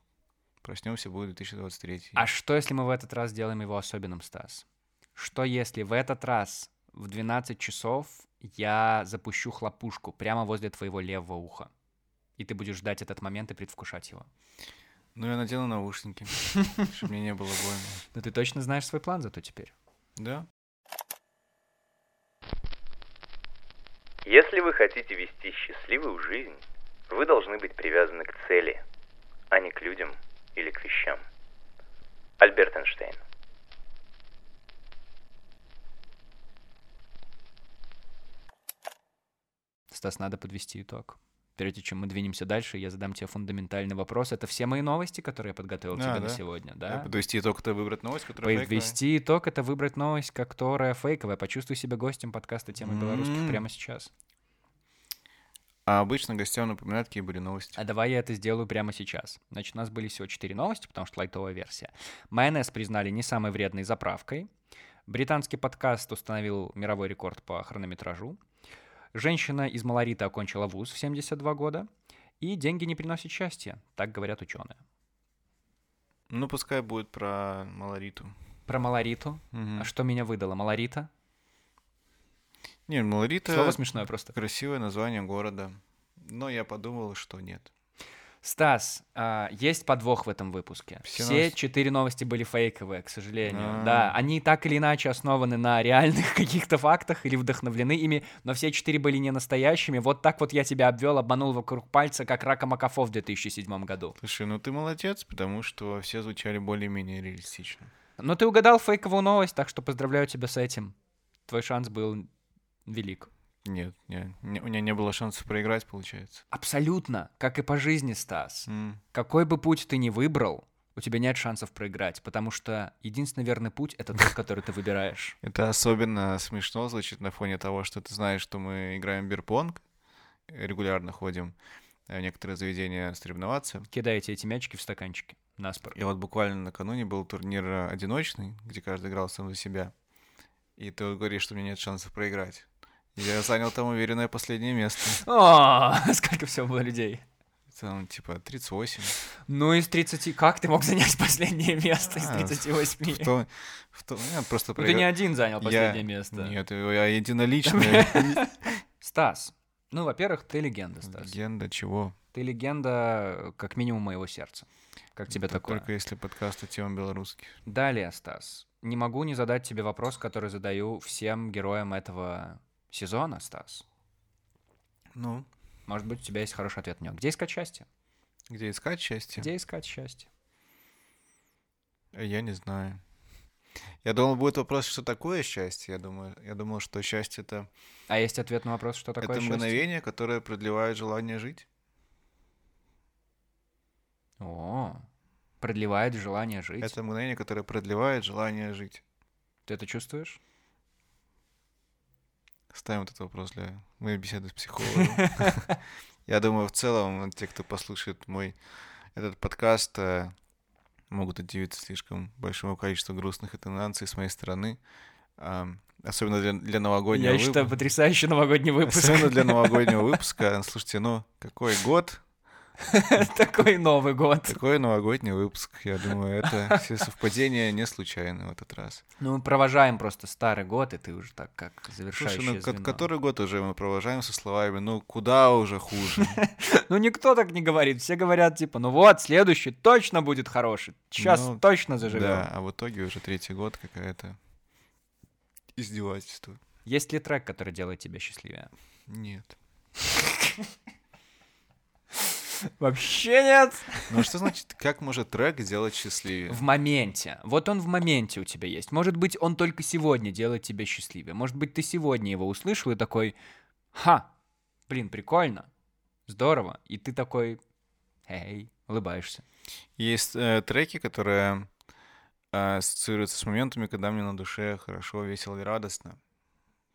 S2: Проснемся, будет 2023.
S1: А что, если мы в этот раз сделаем его особенным, Стас? Что, если в этот раз в 12 часов я запущу хлопушку прямо возле твоего левого уха? И ты будешь ждать этот момент и предвкушать его.
S2: Ну, я надену наушники, чтобы мне не было больно.
S1: Но ты точно знаешь свой план зато теперь.
S2: Да?
S3: Если вы хотите вести счастливую жизнь, вы должны быть привязаны к цели. а не к людям или к вещам. Альберт Эйнштейн.
S1: Стас, надо подвести итог. Прежде чем мы двинемся дальше, я задам тебе фундаментальный вопрос. Это все мои новости, которые я подготовил
S2: А,
S1: тебе
S2: да.
S1: на сегодня, да?
S2: Да, Подвести итог, это выбрать новость, которая фейковая.
S1: Подвести итог — это выбрать новость, которая фейковая. Почувствуй себя гостем подкаста
S2: М-м.
S1: «Темы белорусских»
S2: М.
S1: прямо сейчас.
S2: А обычно гостям напоминают, какие были новости.
S1: А давай я это сделаю прямо сейчас. Значит, у нас были всего 4 новости, потому что лайтовая версия. Майонез признали не самой вредной заправкой. Британский подкаст установил мировой рекорд по хронометражу. Женщина из Малорита окончила вуз в 72 года. И деньги не приносят счастья, так говорят ученые.
S2: Ну, пускай будет про Малориту.
S1: Про Малориту.
S2: Мгм.
S1: А что меня выдало? Малорита?
S2: Не, Малорита
S1: Слово смешное просто.
S2: красивое название города. Но я подумал, что нет.
S1: Стас, а, есть подвох в этом выпуске.
S2: Все
S1: Все,
S2: новости-
S1: четыре новости были фейковые, к сожалению.
S2: А.
S1: Да, они так или иначе основаны на реальных [laughs] каких-то фактах или вдохновлены ими, но все четыре были не настоящими. Вот так вот я тебя обвел, обманул вокруг пальца, как рака Макафо в 2007 году.
S2: Слушай, ну ты молодец, потому что все звучали более-менее реалистично.
S1: Но Ну, ты угадал фейковую новость, так что поздравляю тебя с этим. Твой шанс был велик.
S2: Нет, не- не- у меня не было шансов проиграть, получается.
S1: Абсолютно, как и по жизни, Стас.
S2: М.
S1: Какой бы путь ты ни выбрал, у тебя нет шансов проиграть, потому что единственный верный путь — это тот, который ты выбираешь.
S2: Это особенно смешно звучит на фоне того, что ты знаешь, что мы играем в бирпонг, регулярно ходим э, в некоторые заведения соревноваться.
S1: кидаете эти мячики в стаканчики на спор.
S2: И вот буквально накануне был турнир э, одиночный, где каждый играл сам за себя. И ты вот говоришь, что у меня нет шансов проиграть. Я занял там уверенное последнее место.
S1: [laughs] О, сколько всего было людей.
S2: Там, типа, 38.
S1: Ну, из 30... Как ты мог занять [laughs] последнее место из
S2: А,
S1: 38?
S2: В то- в то- я просто
S1: Ну, ты не
S2: проиграл.
S1: один занял
S2: Я-
S1: последнее место.
S2: Нет,
S1: [laughs]
S2: я единоличная
S1: Стас. Ну, во-первых, ты легенда, Стас.
S2: легенда чего.
S1: Ты легенда, э, как минимум, моего сердца. Как тебе
S2: Это
S1: такое?
S2: Только если подкасты тема белорусских.
S1: Далее, Стас. Не могу не задать тебе вопрос, который задаю всем героям этого сезона, Стас.
S2: Ну,
S1: Может быть, у тебя есть хороший ответ на него. Где искать счастье?
S2: где искать счастье?
S1: Где искать счастье?
S2: Я не знаю. Я думал, будет вопрос, что такое счастье. Я думаю, я думал, что счастье это,
S1: А есть ответ на вопрос, что такое
S2: это
S1: счастье?
S2: мгновение, которое продлевает желание жить.
S1: О, продлевает желание жить.
S2: Это мгновение, которое продлевает желание жить.
S1: Ты это чувствуешь?
S2: Ставим этот вопрос для моей беседы
S1: [laughs]
S2: с психологом. Я думаю, в целом, те, кто послушает мой этот подкаст, э, могут удивиться слишком большому количеству грустных интонаций с моей стороны. Ам, Особенно для, для новогоднего
S1: Я
S2: вып-
S1: считаю, потрясающий новогодний выпуск.
S2: Особенно для новогоднего выпуска. Слушайте, ну, какой год,
S1: [laughs] Такой Новый год.
S2: такой новогодний выпуск. Я думаю, это все совпадения не случайны в этот раз.
S1: Ну, мы провожаем просто старый год, и ты уже так как завершающее
S2: Слушай, ну, ко-
S1: звено.
S2: который год уже мы провожаем со словами, ну, куда уже
S1: [laughs]
S2: хуже.
S1: Ну, никто так не говорит. Все говорят, типа, ну вот, следующий точно будет хороший. Сейчас
S2: Ну,
S1: точно заживем.
S2: Да, а в итоге уже третий год какая-то издевательство.
S1: Есть ли трек, который делает тебя счастливее? [laughs]
S2: Нет.
S1: Вообще нет!
S2: Ну, а что значит, как может трек сделать счастливее?
S1: В моменте. Вот он в моменте у тебя есть. Может быть, он только сегодня делает тебя счастливее. Может быть, ты сегодня его услышал и такой, ха, блин, прикольно, здорово. И ты такой, эй, улыбаешься.
S2: Есть э, треки, которые э, ассоциируются с моментами, когда мне на душе хорошо, весело и радостно.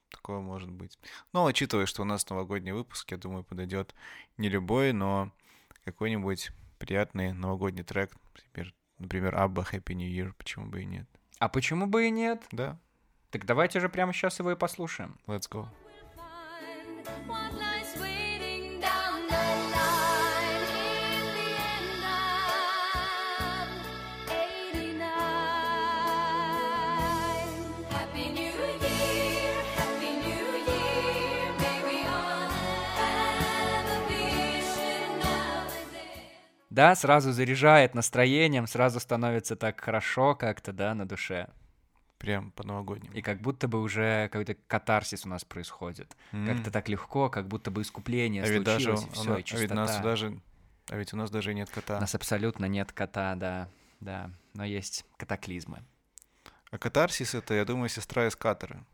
S2: Такое может быть. Но учитывая, что у нас новогодний выпуск, я думаю, подойдет не любой, но какой-нибудь приятный новогодний трек, например, например, Абба Happy New Year, почему бы и нет.
S1: А почему бы и нет?
S2: Да,
S1: Так давайте же прямо сейчас его и послушаем.
S2: let's go.
S4: What lies waiting down that line in the end of '89? Happy New Year, Happy New Year. May we all have a vision now and then.
S1: Да, сразу заряжает настроением, сразу становится так хорошо как-то, да, на душе.
S2: Прям по-новогоднему.
S1: И как будто бы уже какой-то катарсис у нас происходит.
S2: М.
S1: Как-то так легко, как будто бы искупление
S2: а ведь даже
S1: случилось, и
S2: у
S1: всё,
S2: на-
S1: и
S2: а ведь нас
S1: чистота.
S2: даже А ведь у нас даже нет
S1: У
S2: кота.
S1: нас абсолютно нет кота, да, да. Но есть катаклизмы.
S2: А катарсис — это, я думаю, сестра из
S1: [laughs]
S2: Катара.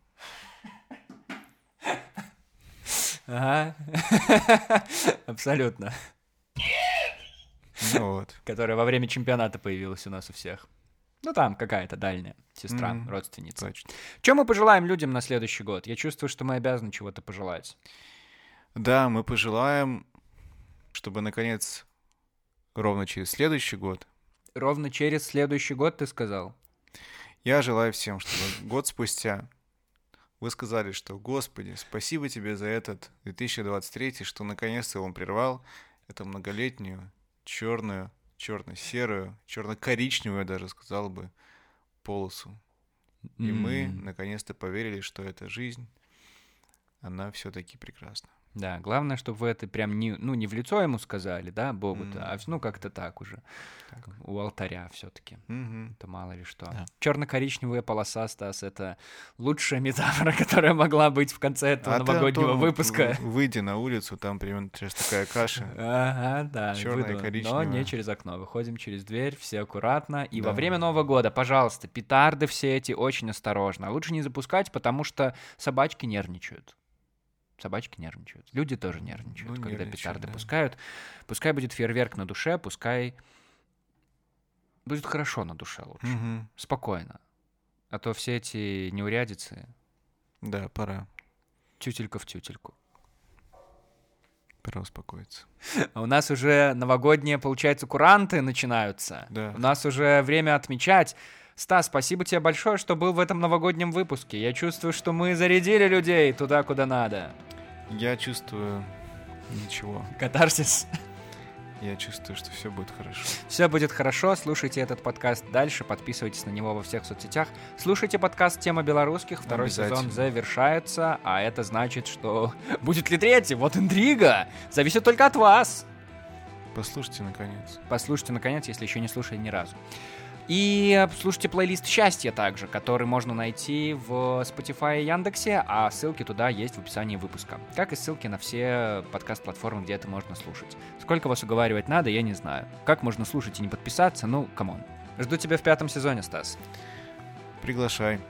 S1: Ага. [laughs] Абсолютно.
S2: Ну вот.
S1: Которая во время чемпионата появилась у нас у всех. Ну там какая-то дальняя сестра,
S2: Мгм.
S1: родственница.
S2: Точно.
S1: Чем мы пожелаем людям на следующий год? Я чувствую, что мы обязаны чего-то пожелать.
S2: Да, мы пожелаем, чтобы, наконец, ровно через следующий год
S1: Ровно через следующий год ты сказал.
S2: Я желаю всем, чтобы год спустя вы сказали, что «Господи, спасибо тебе за этот 2023, что наконец-то он прервал эту многолетнюю, черную, черно-серую, черно-коричневую, я даже сказал бы, полосу». И мы
S1: М,
S2: наконец-то поверили, что эта жизнь, она все-таки прекрасна.
S1: Да, главное, чтобы вы это прям не, ну, не в лицо ему сказали, да, Богу-то, а
S2: М.
S1: ну как-то так уже.
S2: Так.
S1: У алтаря все-таки.
S2: Мгм.
S1: Это мало ли что.
S2: Да.
S1: Черно-коричневая полоса, Стас, это лучшая метафора, [laughs] которая могла быть в конце этого
S2: А ты,
S1: новогоднего
S2: Антон,
S1: выпуска.
S2: в- Выйди на улицу, там примерно сейчас такая каша.
S1: Ага, да.
S2: Чёрная,
S1: выйду, Но
S2: коричневая.
S1: не через окно. Выходим через дверь, все аккуратно. И во
S2: Да.
S1: время Нового года, пожалуйста, петарды все эти очень осторожно. А Лучше не запускать, потому что собачки нервничают. Собачки нервничают. Люди тоже нервничают,
S2: Ну,
S1: когда
S2: нервничают,
S1: петарды
S2: да.
S1: пускают. Пускай будет фейерверк на душе, пускай будет хорошо на душе лучше.
S2: Мгм.
S1: Спокойно. А то все эти неурядицы
S2: Да, пора.
S1: тютелька в тютельку.
S2: Пора успокоиться.
S1: А у нас уже новогодние, получается, куранты начинаются.
S2: Да.
S1: У нас уже время отмечать. Стас, спасибо тебе большое, что был в этом новогоднем выпуске. Я чувствую, что мы зарядили людей туда, куда надо.
S2: Я чувствую ничего.
S1: Катарсис. [laughs]
S2: Я чувствую, что все будет хорошо.
S1: Все будет хорошо. Слушайте этот подкаст дальше, подписывайтесь на него во всех соцсетях. Слушайте подкаст «Тема белорусских». Второй
S2: Обязательно.
S1: сезон завершается, а это значит, что [laughs] будет ли третий? Вот интрига. Зависит только от вас.
S2: Послушайте, наконец.
S1: Послушайте, наконец, если еще не слушали ни разу. И слушайте плейлист «Счастье» также, который можно найти в Spotify и Яндексе, а ссылки туда есть в описании выпуска. Как и ссылки на все подкаст-платформы, где это можно слушать. Сколько вас уговаривать надо, я не знаю. Как можно слушать и не подписаться? Ну, камон. Жду тебя в пятом сезоне, Стас.
S2: Приглашай.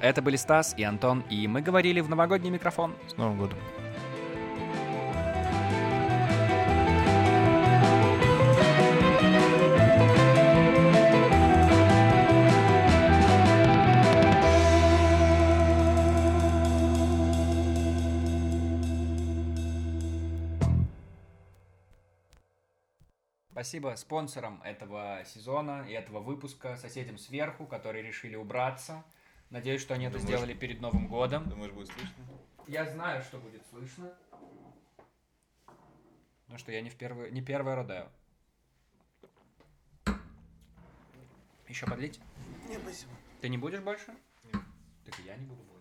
S1: Это были Стас и Антон, и мы говорили в новогодний микрофон.
S2: С Новым годом.
S1: Спасибо спонсорам этого сезона и этого выпуска, соседям сверху, которые решили убраться. Надеюсь, что они это
S2: Думаешь?
S1: сделали перед Новым годом.
S2: Думаешь, будет слышно?
S1: Я знаю, что будет слышно. Ну что, я не в первый, не первая родаю. Еще подлить? Не, спасибо. Ты не будешь больше? Нет. Так и я не буду больше.